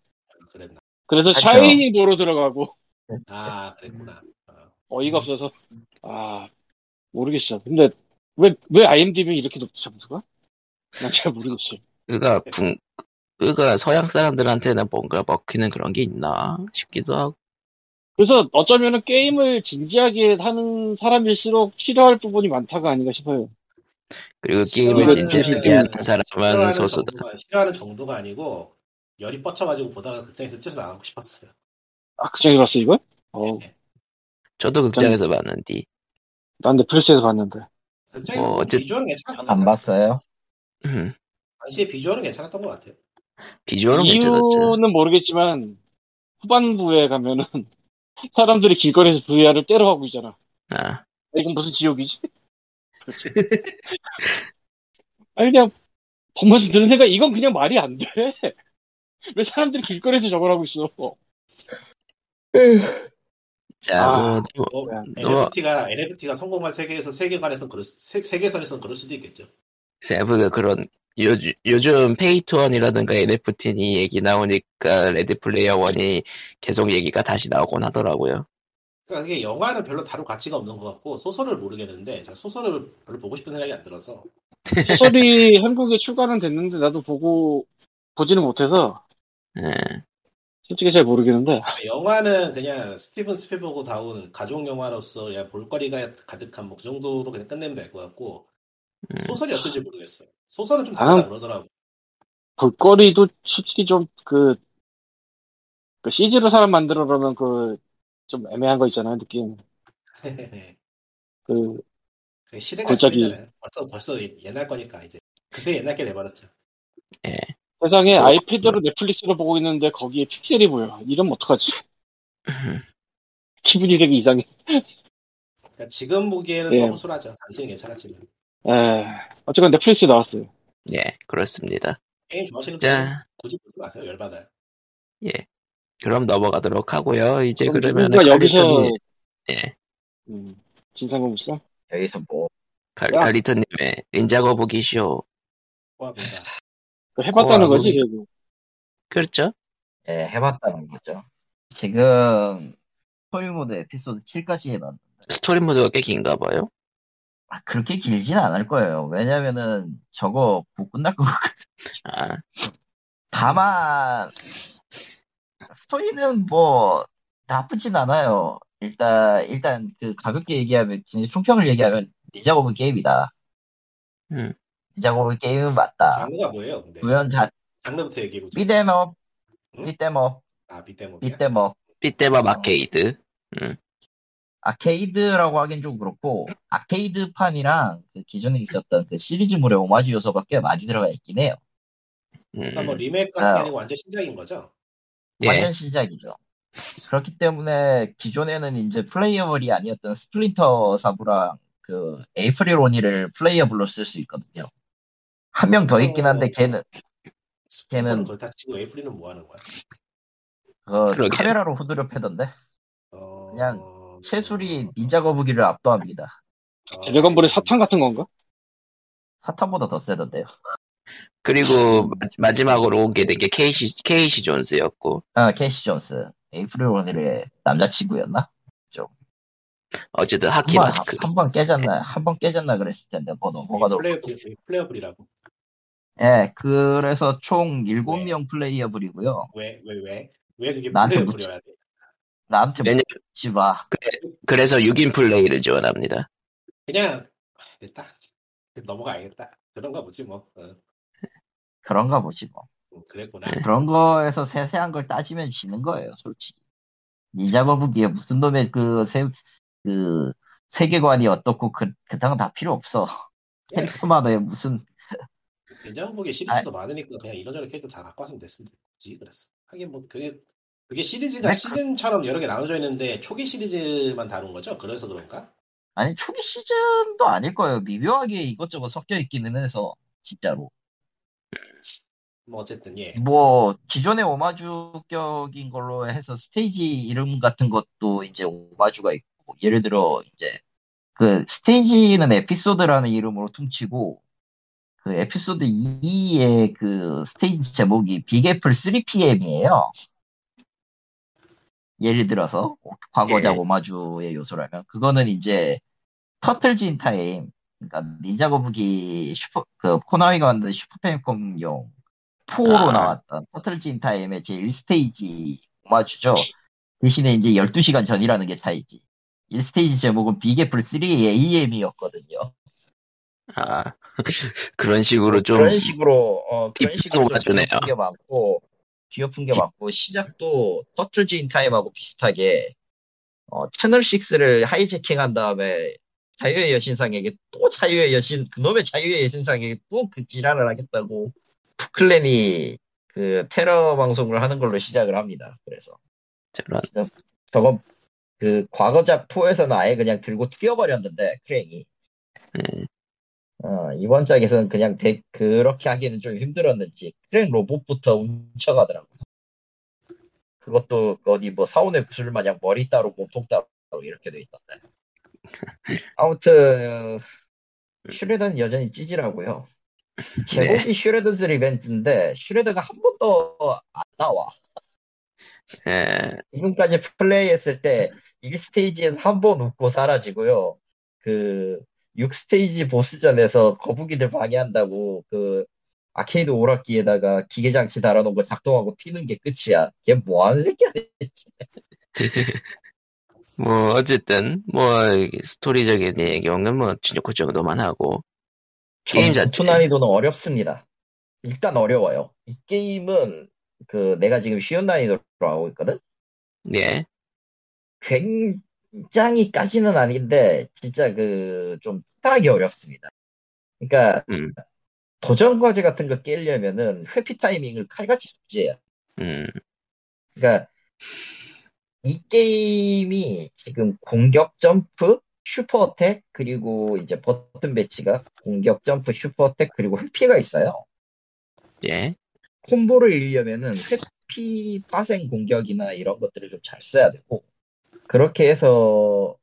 그랬나? 그래서 그렇죠. 샤이니 보러 들어가고 아, 그랬구나. 음, 어. 어이가 없어서 아 모르겠어 근데 왜 왜 IMDb 이렇게 높지 점수가? 난 잘 모르겠어 그가 분 그가 서양 사람들한테는 뭔가 먹히는 그런 게 있나 싶기도 하고 그래서 어쩌면은 게임을 진지하게 하는 사람일수록 싫어할 부분이 많다가 아닌가 싶어요 그리고 게임을 싫어하는 진지하게 하는 사람은 싫어하는 소수다. 정도가, 싫어하는 정도가 아니고 열이 뻗쳐가지고 보다가 극장에서 쫓아나가고 싶었어요. 아 극장에 서 봤어 이걸? 어난 네. 저도 극장에서 봤는데 넷플릭스에서 봤는데 극장에서 뭐, 어쨌- 비주얼은 괜찮았던 것 안 같아요. 봤어요. 음, 당시에 비주얼은 괜찮았던 것 같아요. 비주얼은 괜찮았죠. 이유는 모르겠지만 후반부에 가면은 사람들이 길거리에서 VR을 때려가고 있잖아. 아, 이건 무슨 지옥이지? 그렇지. 아니 그냥 보면서 드는 생각 이건 그냥 말이 안 돼. 왜 사람들이 길거리에서 저걸 하고 있어? 자, 아. 뭐, 뭐, 네. NFT가 NFT가 성공한 세계에서 세계관에선 그럴 수, 세, 세계선에선 그럴 수도 있겠죠. 세브가 그런 요즘, 요즘 페이투원이라든가 NFT 얘기 나오니까 레드 플레이어 원이 계속 얘기가 다시 나오곤 하더라고요. 그러니까 그게 영화는 별로 다룰 가치가 없는 것 같고 소설을 모르겠는데 제가 소설을 별로 보고 싶은 생각이 안 들어서 소설이 한국에 출간은 됐는데 나도 보고 보지는 못해서 예. 솔직히 잘 모르겠는데 그러니까 영화는 그냥 스티븐 스필버그 다운 가족 영화로서 그냥 볼거리가 가득한 뭐 그 정도로 그냥 끝내면 될 것 같고 음. 소설이 어떤지 모르겠어요. 소설은 좀 다르다 아. 그러더라고. 볼거리도 솔직히 좀그 그 CG로 사람 만들어 놓으면 그 좀 애매한 거 있잖아요 느낌. 그 그 시대가 골짜기. 시대잖아요. 벌써 벌써 옛날 거니까 이제 그새 옛날 게 돼버렸죠. 세상에 어, 아이패드로 넷플릭스를 보고 있는데 거기에 픽셀이 보여. 이러면 어떡하지? 기분이 되게 이상해. 그러니까 지금 보기에는 예. 더 허술하죠. 당신은 괜찮았지만 에, 예. 어쨌건 넷플릭스 나왔어요. 예, 그렇습니다. 게임 좋아하시는 분은 자, 굳이 보지 마세요. 열받아요. 그럼 넘어가도록 하고요. 이제 그럼 그러면 누군가 여기서 칼리토님, 예, 음, 진상검 있어? 여기서 뭐 칼, 야. 칼리토님의 인자거 보기쇼. 꼬아본다. 그거 해봤다는 어, 거지 아무리- 결국. 그렇죠? 예, 해봤다는 거죠. 지금 토요모드 에피소드 7까지 해봤. 스토리 모드가 꽤 긴가 봐요. 아, 그렇게 길진 않을 거예요. 왜냐면은 저거 뭐 끝날 거 같고. 아, 다만 스토리는 뭐 나쁘진 않아요. 일단 일단 그 가볍게 얘기하면 진짜 총평을 얘기하면 닌자 고브 게임이다. 음. 닌자 고브 게임은 맞다. 장르가 뭐예요? 근데 구현 자 장르부터 얘기해보죠. 비댐업 비댐업 아 빗대목. 비댐업 삐때밥 아케이드. 아케이드라고 하긴 좀 그렇고 아케이드판이랑 그 기존에 있었던 그 시리즈물의 오마주 요소가 꽤 많이 들어가 있긴 해요. 그러니까 음, 뭐 리메이크 같은 게 아. 아니고 완전 신작인 거죠. 예, 완전 신작이죠. 그렇기 때문에 기존에는 이제 플레이어블이 아니었던 스플린터 사부랑 그 에이프릴 오니를 플레이어블로 쓸 수 있거든요. 한 명 더 있긴 어. 한데 걔는 스폰서는 걔는- 그렇다 치고 에이프리는 뭐 하는 거야? 그 그러게. 카메라로 후드려 패던데 어... 그냥 채술이 닌자 거북이를 압도합니다. 어, 드래곤볼의 사탕 같은 건가? 사탄보다 더 세던데요. 그리고 마- 마지막으로 오게 된 게 케이시, 케이시 존스였고, 아 캐시 존스 에이프릴 오니의 남자친구였나? 어쨌든 하키 마스크. 뭐, 한번 한 번 깨졌나 한 번 깨졌나 그랬을 텐데 뭐 넘어가도 플레이어블, 플레이어블이라고. 예 그래서 총 네. 7명 플레이어블이고요. 왜, 왜, 왜? 왜 그게 나한테 플레이어블이어야 돼? 나한테 왜냐- 묻지 마. 네, 그래서 6인 플레이를 지원합니다. 그냥 아, 됐다. 넘어가야겠다. 그런가 보지 뭐. 어, 그런가 보지 뭐. 음, 그랬구나. 그런 거에서 세세한 걸 따지면 지는 거예요, 솔직히. 니자 거북이에 무슨 놈의 그 세, 그, 세계관이 어떻고 그, 그딴 건다 필요 없어. 캐릭터마다의 무슨, 아. 대장복의 시리즈도 많으니까 그냥 이런저런 캐릭터 다 갖고 왔으면 됐을 지 그랬어. 하긴 뭐 그게 그게 시리즈가 네, 그- 시즌처럼 여러 개 나눠져 있는데 초기 시리즈만 다룬 거죠? 그래서 그런가? 아니, 초기 시즌도 아닐 거예요. 미묘하게 이것저것 섞여 있기는 해서, 진짜로. 뭐 어쨌든 예. 뭐, 기존의 오마주격인 걸로 해서 스테이지 이름 같은 것도 이제 오마주가 있고, 예를 들어, 이제, 그, 스테이지는 에피소드라는 이름으로 퉁치고, 그 에피소드 2의 그 스테이지 제목이 빅애플 3PM이에요. 예를 들어서 과거작 예. 오마주의 요소라면 그거는 이제 터틀즈 인 타임 그러니까 닌자 거북이 슈퍼 그 코나미가 만든 슈퍼패미컴용 4로 아. 나왔던 터틀즈 인 타임의 제 1스테이지 오마주죠. 대신에 이제 12시간 전이라는 게 차이지. 1스테이지 제목은 빅애플 3의 AM이었거든요. 아, 그런 식으로 좀 그런 식으로 어 그런 딥한 식으로 좀 오마주네요. 뒤엎은 게 많고 뒤엎은 게 딥. 많고 시작도 터틀즈 인 타임하고 비슷하게 어 채널 6를 하이제킹한 다음에 자유의 여신상에게 또 자유의 여신 그놈의 자유의 여신상에게 또 그 지랄을 하겠다고 푸클랜이 그 테러 방송을 하는 걸로 시작을 합니다. 그래서 저런 저건 그 과거작 4에서는 아예 그냥 들고 튀어버렸는데 크랭이 네. 어, 이번 작에서는 그냥 대- 그렇게 하기는 좀 힘들었는지 크랭 로봇부터 훔쳐가더라고 요 그것도 어디 뭐 사원의 구슬 마냥 머리 따로 몸통 따로 이렇게 돼 있던데 아무튼 슈레더는 여전히 찌질하고요 제목이 슈레더즈 리벤지인데 슈레더가 한 번도 안 나와 예, 지금까지 플레이했을 때 1스테이지에서 한 번 웃고 사라지고요. 그 6스테이지 보스전에서 거북이들 방해한다고 그 아케이드 오락기에다가 기계장치 달아놓은 거 작동하고 튀는 게 끝이야. 걔 뭐하는 새끼야? 뭐 어쨌든 뭐 스토리적인 경우는 뭐 충족 정도만 하고 게임 자체 전투 난이도는 어렵습니다. 일단 어려워요. 이 게임은 그 내가 지금 쉬운 난이도로 하고 있거든? 예, 굉장히까지는 아닌데 진짜 그 좀 특하게 어렵습니다. 그러니까 음. 도전 과제 같은 거 깨려면은 회피 타이밍을 칼같이 숙지해요. 음, 그러니까 이 게임이 지금 공격 점프, 슈퍼 어택 그리고 이제 버튼 배치가 공격 점프, 슈퍼 어택 그리고 회피가 있어요. 예, 콤보를 이려면은 회피 파생 공격이나 이런 것들을 좀 잘 써야 되고 그렇게 해서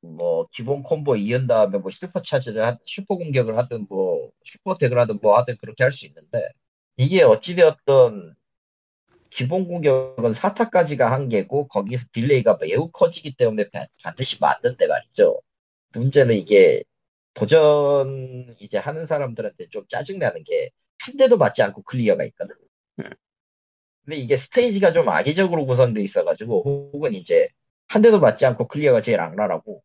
뭐 기본 콤보 이은 다음에 뭐 슈퍼 차지를 하 슈퍼 공격을 하든 뭐 슈퍼 택을 하든 뭐 하든 그렇게 할 수 있는데 이게 어찌되었던 기본 공격은 사타까지가 한계고 거기서 딜레이가 매우 커지기 때문에 바- 반드시 맞는데 말이죠. 문제는 이게 도전 이제 하는 사람들한테 좀 짜증나는 게 한 대도 맞지 않고 클리어가 있거든. 음. 근데 이게 스테이지가 좀 악의적으로 구성돼 있어가지고 혹은 이제 한 대도 맞지 않고 클리어가 제일 악랄하고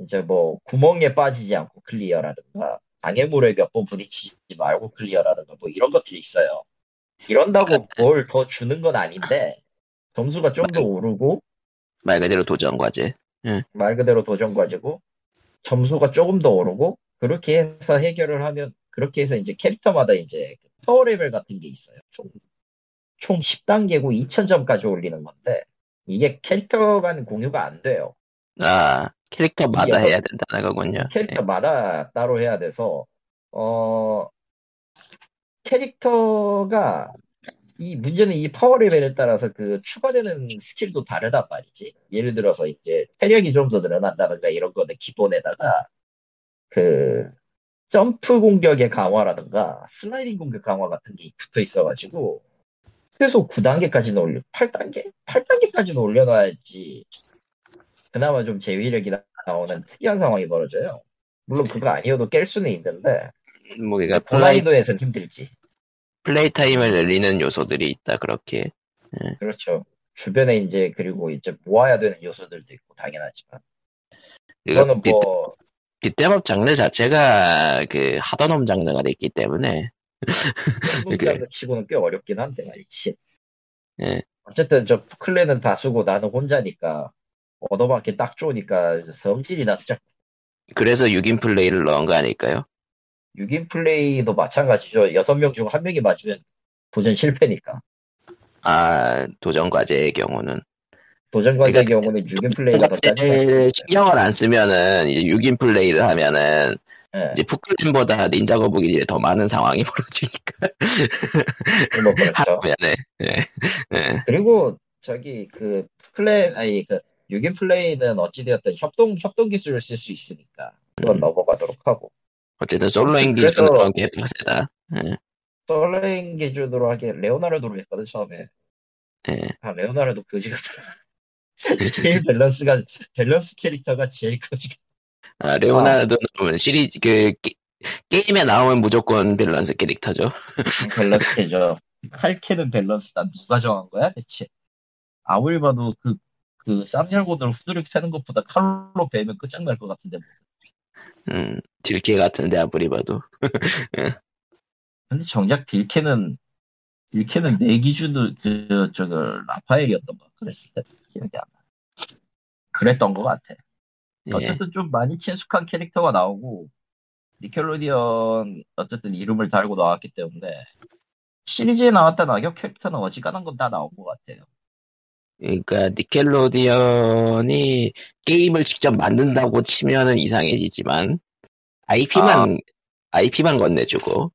이제 뭐 구멍에 빠지지 않고 클리어라든가 장애물에 몇 번 부딪히지 말고 클리어라든가 뭐 이런 것들이 있어요. 이런다고 뭘 더 주는 건 아닌데 점수가 좀 더 오르고 말 그대로 도전 과제. 말 그대로 도전 과제고 점수가 조금 더 오르고 그렇게 해서 해결을 하면 그렇게 해서 이제 캐릭터마다 이제 그 파워 레벨 같은 게 있어요. 총, 총 10단계고 2000점까지 올리는 건데 이게 캐릭터 간 공유가 안 돼요. 아 캐릭터마다 이어서- 해야 된다는 거군요. 캐릭터마다 따로 해야 돼서 어 캐릭터가 이 문제는 이 파워 레벨에 따라서 그 추가되는 스킬도 다르단 말이지. 예를 들어서 이제 체력이 좀 더 늘어난다든가 이런 거는 기본에다가 그 점프 공격의 강화라든가 슬라이딩 공격 강화 같은 게 붙어 있어가지고 최소 9단계까지는 올려 8단계? 8단계까지는 올려놔야지 그나마 좀 제위력이 나- 나오는 특이한 상황이 벌어져요. 물론 그거 아니어도 깰 수는 있는데 예. 뭐 그러니까 네, 플레이 고난이도에서는 힘들지. 플레이 타임을 늘리는 요소들이 있다 그렇게. 그렇죠. 주변에 이제 그리고 이제 모아야 되는 요소들도 있고 당연하지만 그러니까 이거는 뭐 빗대밥 장르 자체가 그 하던 놈 장르가 됐기 때문에 이게- 한국장르 치고는 꽤 어렵긴 한데 말이지. 예. 어쨌든 저 푸클레는 다수고 나는 혼자니까 얻어맞기 딱 좋으니까 성질이 나서 그래서 6인 플레이를 넣은 거 아닐까요? 6인 플레이도 마찬가지죠. 6명 중 한명이 맞으면 도전 실패니까. 아 도전 과제의 경우는 도전 과제의 그러니까 경우는 6인 플레이가 더 짜증나요. 과제를 신경을 안 쓰면은 이제 6인 플레이를 하면은 예, 이제 푸클린보다 닌자 거북이 더 많은 상황이 벌어지니까 그런 거 그렇죠. 하면은 예. 예. 그리고 저기 그 플레이 아니 그 6인 플레이는 어찌되었든 협동 협동 기술을 쓸 수 있으니까 그건 음. 넘어가도록 하고 어쨌든 솔로인 그래서- 기준으로 한게 빡세다. 썰랭 기준으로 하기엔 레오나르도로 했거든 처음에 예. 아 레오나르도 거지 같더라 제일 밸런스가 밸런스 캐릭터가 제일 거지 같- 아, 레오나르도는 시리즈 그 게, 게임에 나오면 무조건 밸런스 캐릭터죠. 밸런스 캐죠 칼캐는 밸런스 난 누가 정한 거야 대체 아무리 봐도 그그 쌈열고들 후드를 패는 것보다 칼로 베면 끝장날 것 같은데 음, 딜캐 같은데 아무리 봐도. 근데 정작 딜캐는 딜캐는 내 기준으로 그 저거 라파엘이었던가 그랬을 때 기억이 안 나. 그랬던 것 같아. 예. 어쨌든 좀 많이 친숙한 캐릭터가 나오고 니켈로디언 어쨌든 이름을 달고 나왔기 때문에 시리즈에 나왔던 악역 캐릭터는 어지간한 건 다 나온 것 같아요. 그러니까 니켈로디언이 게임을 직접 만든다고 치면은 이상해지지만 IP만 IP만 건네주고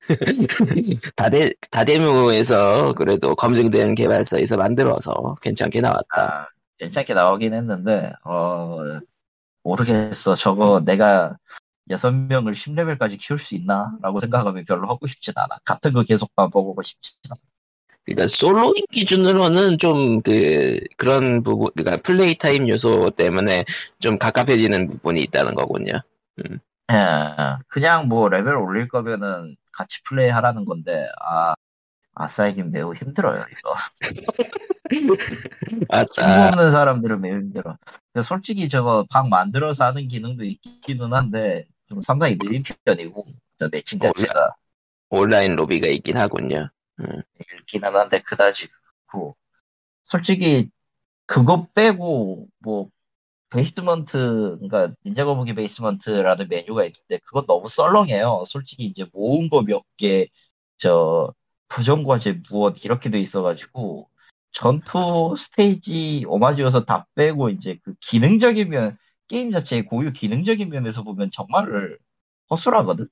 다대 다대무에서 그래도 검증된 개발사에서 만들어서 괜찮게 나왔다. 아, 괜찮게 나오긴 했는데 어 모르겠어. 저거 내가 여섯 명을 10레벨까지 키울 수 있나라고 생각하면 별로 하고 싶진 않아. 같은 거 계속 반복하고 싶진 않아. 일단 솔로인 기준으로는 좀 그 그런 부분 그러니까 플레이 타임 요소 때문에 좀 갑갑해지는 부분이 있다는 거군요. 예, 그냥 뭐 레벨 올릴 거면은 같이 플레이 하라는 건데, 아, 아싸이긴 매우 힘들어요, 이거. 아따 힘없는 사람들은 매우 힘들어. 근데 솔직히 저거 방 만들어서 하는 기능도 있기는 한데, 좀 상당히 느린 편이고, 저 매칭 자체가 온라인 로비가 있긴 하군요. 있기는 한데, 그다지 그렇고. 솔직히, 그거 빼고, 뭐, 베이스먼트, 그러니까 닌자 거북이 베이스먼트라는 메뉴가 있는데 그건 너무 썰렁해요. 솔직히 이제 모은 거 몇 개, 저 표정 과제 무엇 이렇게 돼 있어가지고 전투 스테이지 오마주여서 다 빼고 이제 그 기능적인 면 게임 자체의 고유 기능적인 면에서 보면 정말 허술하거든.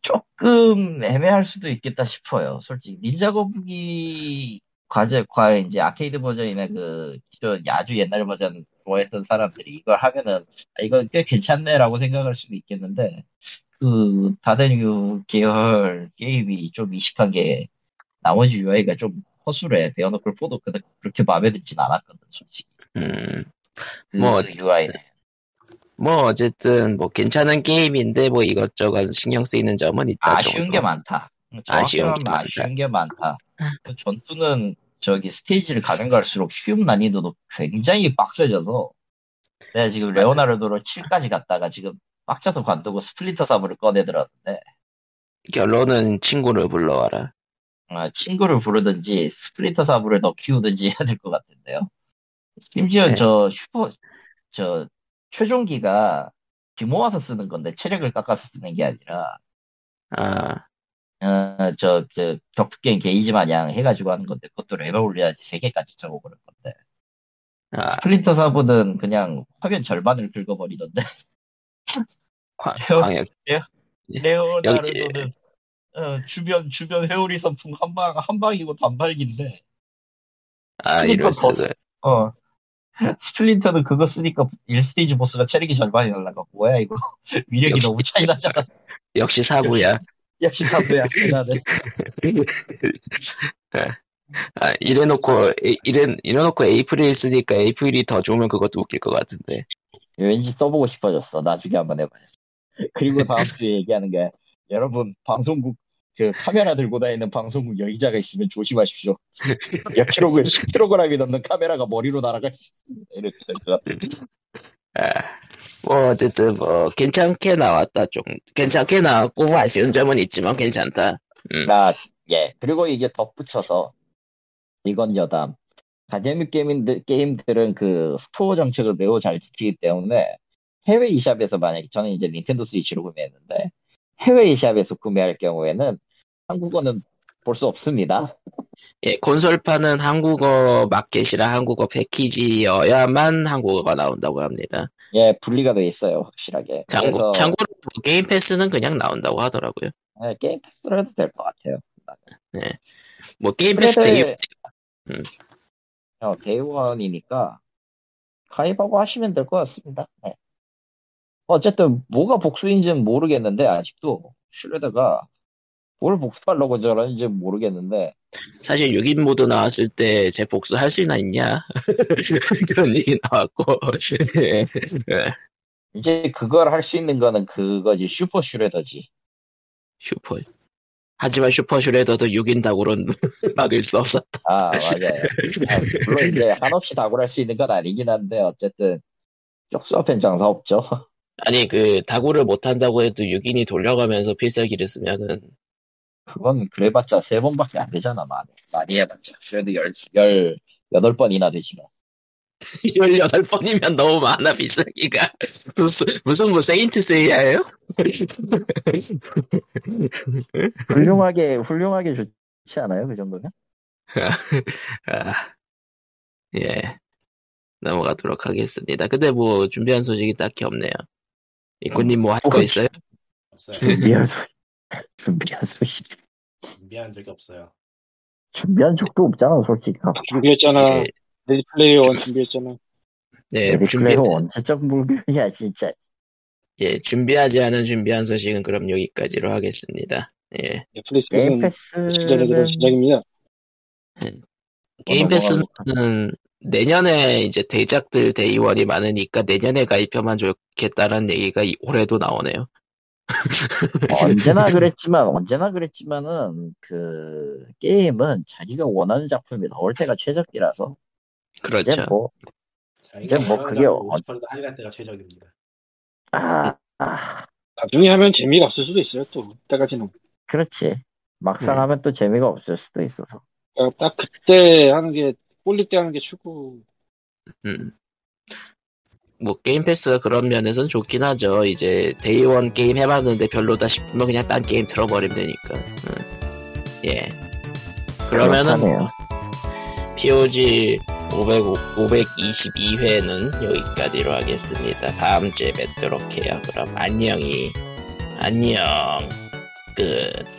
조금 애매할 수도 있겠다 싶어요. 솔직히 닌자 거북이 과제 과 이제 아케이드 버전이나 그 기존 아주 옛날 버전 좋아했던 사람들이 이걸 하면은 아, 이건 꽤 괜찮네라고 생각할 수도 있겠는데 그 다대류 계열 게임이 좀 이식한 게 나머지 UI가 좀 허술해 베어너클 포도 그다- 그렇게 마음에 들진 않았거든 솔직히 음. 그 뭐, UI는 뭐 어쨌든 뭐 괜찮은 게임인데 뭐 이것저것 신경 쓰이는 점은 있다. 아쉬운 정도. 게 많다 아쉬운 게 정확히 말하면 아쉬운 게 많다 그 전투는 저기 스테이지를 가면 갈수록 쉬움 난이도도 굉장히 빡세져서 내가 지금 레오나르도로 7까지 갔다가 지금 빡쳐서 관두고 스플린터 사물을 꺼내들었는데 결론은 친구를 불러와라. 아, 친구를 부르든지 스플린터 사물을 더 키우든지 해야 될 것 같은데요. 심지어 네. 저 슈퍼 저 최종기가 비 모아서 쓰는 건데 체력을 깎아서 쓰는 게 아니라 아 어, 저, 저 격투 게임 게이지 마냥 해가지고 하는 건데 그것도 레벨 올려야지 세 개까지 쳐고 그럴 건데 아, 스플린터 사물은 그냥 화면 절반을 긁어버리던데 광- 헤어- 광역 레오나르도는 어, 주변 주변 회오리 선풍 한방 한 방이고 단발기인데 아 이럴 스플린터 수가. 어 스플린터는 그거 쓰니까 1스테이지 보스가 체력이 절반이 날라가 뭐야 이거 위력이 역시- 너무 차이 나잖아 역시 사고야. 역시 담배야 나는 아 이래놓고 에- 이래 이래놓고 에이프릴 쓰니까 에이프릴이 더 좋으면 그것도 웃길 것 같은데. 왠지 써보고 싶어졌어 나중에 한번 해봐야지 그리고 다음 주에 얘기하는 게 여러분 방송국 그 카메라 들고 다니는 방송국 여의자가 있으면 조심하십시오 몇 킬로그램 10kg이 넘는 카메라가 머리로 날아갈 수 있습니다 이렇게 될것 같아요 뭐 어쨌든 뭐 괜찮게 나왔다 좀 괜찮게 나왔고 아쉬운 점은 있지만 괜찮다. 아, 예. 그리고 이게 덧붙여서, 이건 여담. 가재미 게임인데, 게임들은 그 스토어 정책을 매우 잘 지키기 때문에 해외 e샵에서 만약에 저는 이제 닌텐도 스위치로 구매했는데 해외 e샵에서 구매할 경우에는 한국어는 볼 수 없습니다. 예, 콘솔판은 한국어 마켓이라 한국어 패키지여야만 한국어가 나온다고 합니다. 예, 분리가 돼 있어요, 확실하게. 참, 그래서 참고로 뭐 게임 패스는 그냥 나온다고 하더라고요. 예, 게임 패스로 해도 될 것 같아요. 뭐 게임 패스 되게 음. 그래서 어, 데이원이니까 가입하고 하시면 될 것 같습니다. 네. 어쨌든 뭐가 복수인지는 모르겠는데 아직도 슈레더가 뭘 복수하려고 저러는지 모르겠는데 사실 6인 모드 나왔을 때 제 복수 할 수나 있냐 그런 얘기 나왔고 네. 예. 이제 그걸 할 수 있는 거는 그거지 슈퍼 슈레더지 슈퍼 하지만 슈퍼 슈레더도 6인 다구론 막을 수 없었다 아 맞아요 아, 물론 이제 한없이 다굴 할수 있는 건 아니긴 한데 어쨌든 쪽수 앞엔 장사 없죠 아니 그 다구를 못한다고 해도 6인이 돌려가면서 필살기를 쓰면은 그건 그래봤자 세 번밖에 안 되잖아 많이 많이 해봤자 그래도 열, 열 여덟 번이나 되지만 18번이면 너무 많아 필살기가 무슨 무슨 뭐 세인트 세이야예요? 훌륭하게 훌륭하게 좋지 않아요 그 정도면? 아, 예. 넘어가도록 하겠습니다. 근데 뭐 준비한 소식이 딱히 없네요. 이코님 뭐 할 거 어, 있어요? 없어요. 준비한 소식 준비한 소식 그 준비한 적이 없어요. 준비한 적도 없잖아 솔직히 준비했잖아. 예. 레디 플레이어 원 준비했잖아. 네, 준비, 레디클레로 원체적 물건이야 진짜 예, 준비하지 않은 준비한 소식은 그럼 여기까지로 하겠습니다. 예. 게임 네, 넷플릭스는 네. 시작이 패스는 그런 시작입니다. 게임 넘어가고 패스는 음, 내년에 이제 대작들 대의원이 많으니까 내년에 가입하면 좋겠다는 얘기가 이- 올해도 나오네요. 언제나 그랬지만 언제나 그랬지만은 그 게임은 자기가 원하는 작품이 나올 때가 최적기라서 이제 그렇죠. 뭐 자기가 이제 뭐 그게 어- 싶어도 하이라 때가 최적입니다. 아, 아, 나중에 하면 재미가 없을 수도 있어요. 또 그때까지는 그렇지 막상 네. 하면 또 재미가 없을 수도 있어서 그러니까 딱 그때 하는 게 꼴릴 때 하는 게 최고. 음. 뭐 게임 패스가 그런 면에서는 좋긴 하죠. 이제 데이원 게임 해봤는데 별로다 싶으면 그냥 딴 게임 틀어버리면 되니까. 음. 예. 그러면은 그렇다네요. POG 500, 522회는 여기까지로 하겠습니다. 다음 주에 뵙도록 해요. 그럼 안녕히 안녕 끝.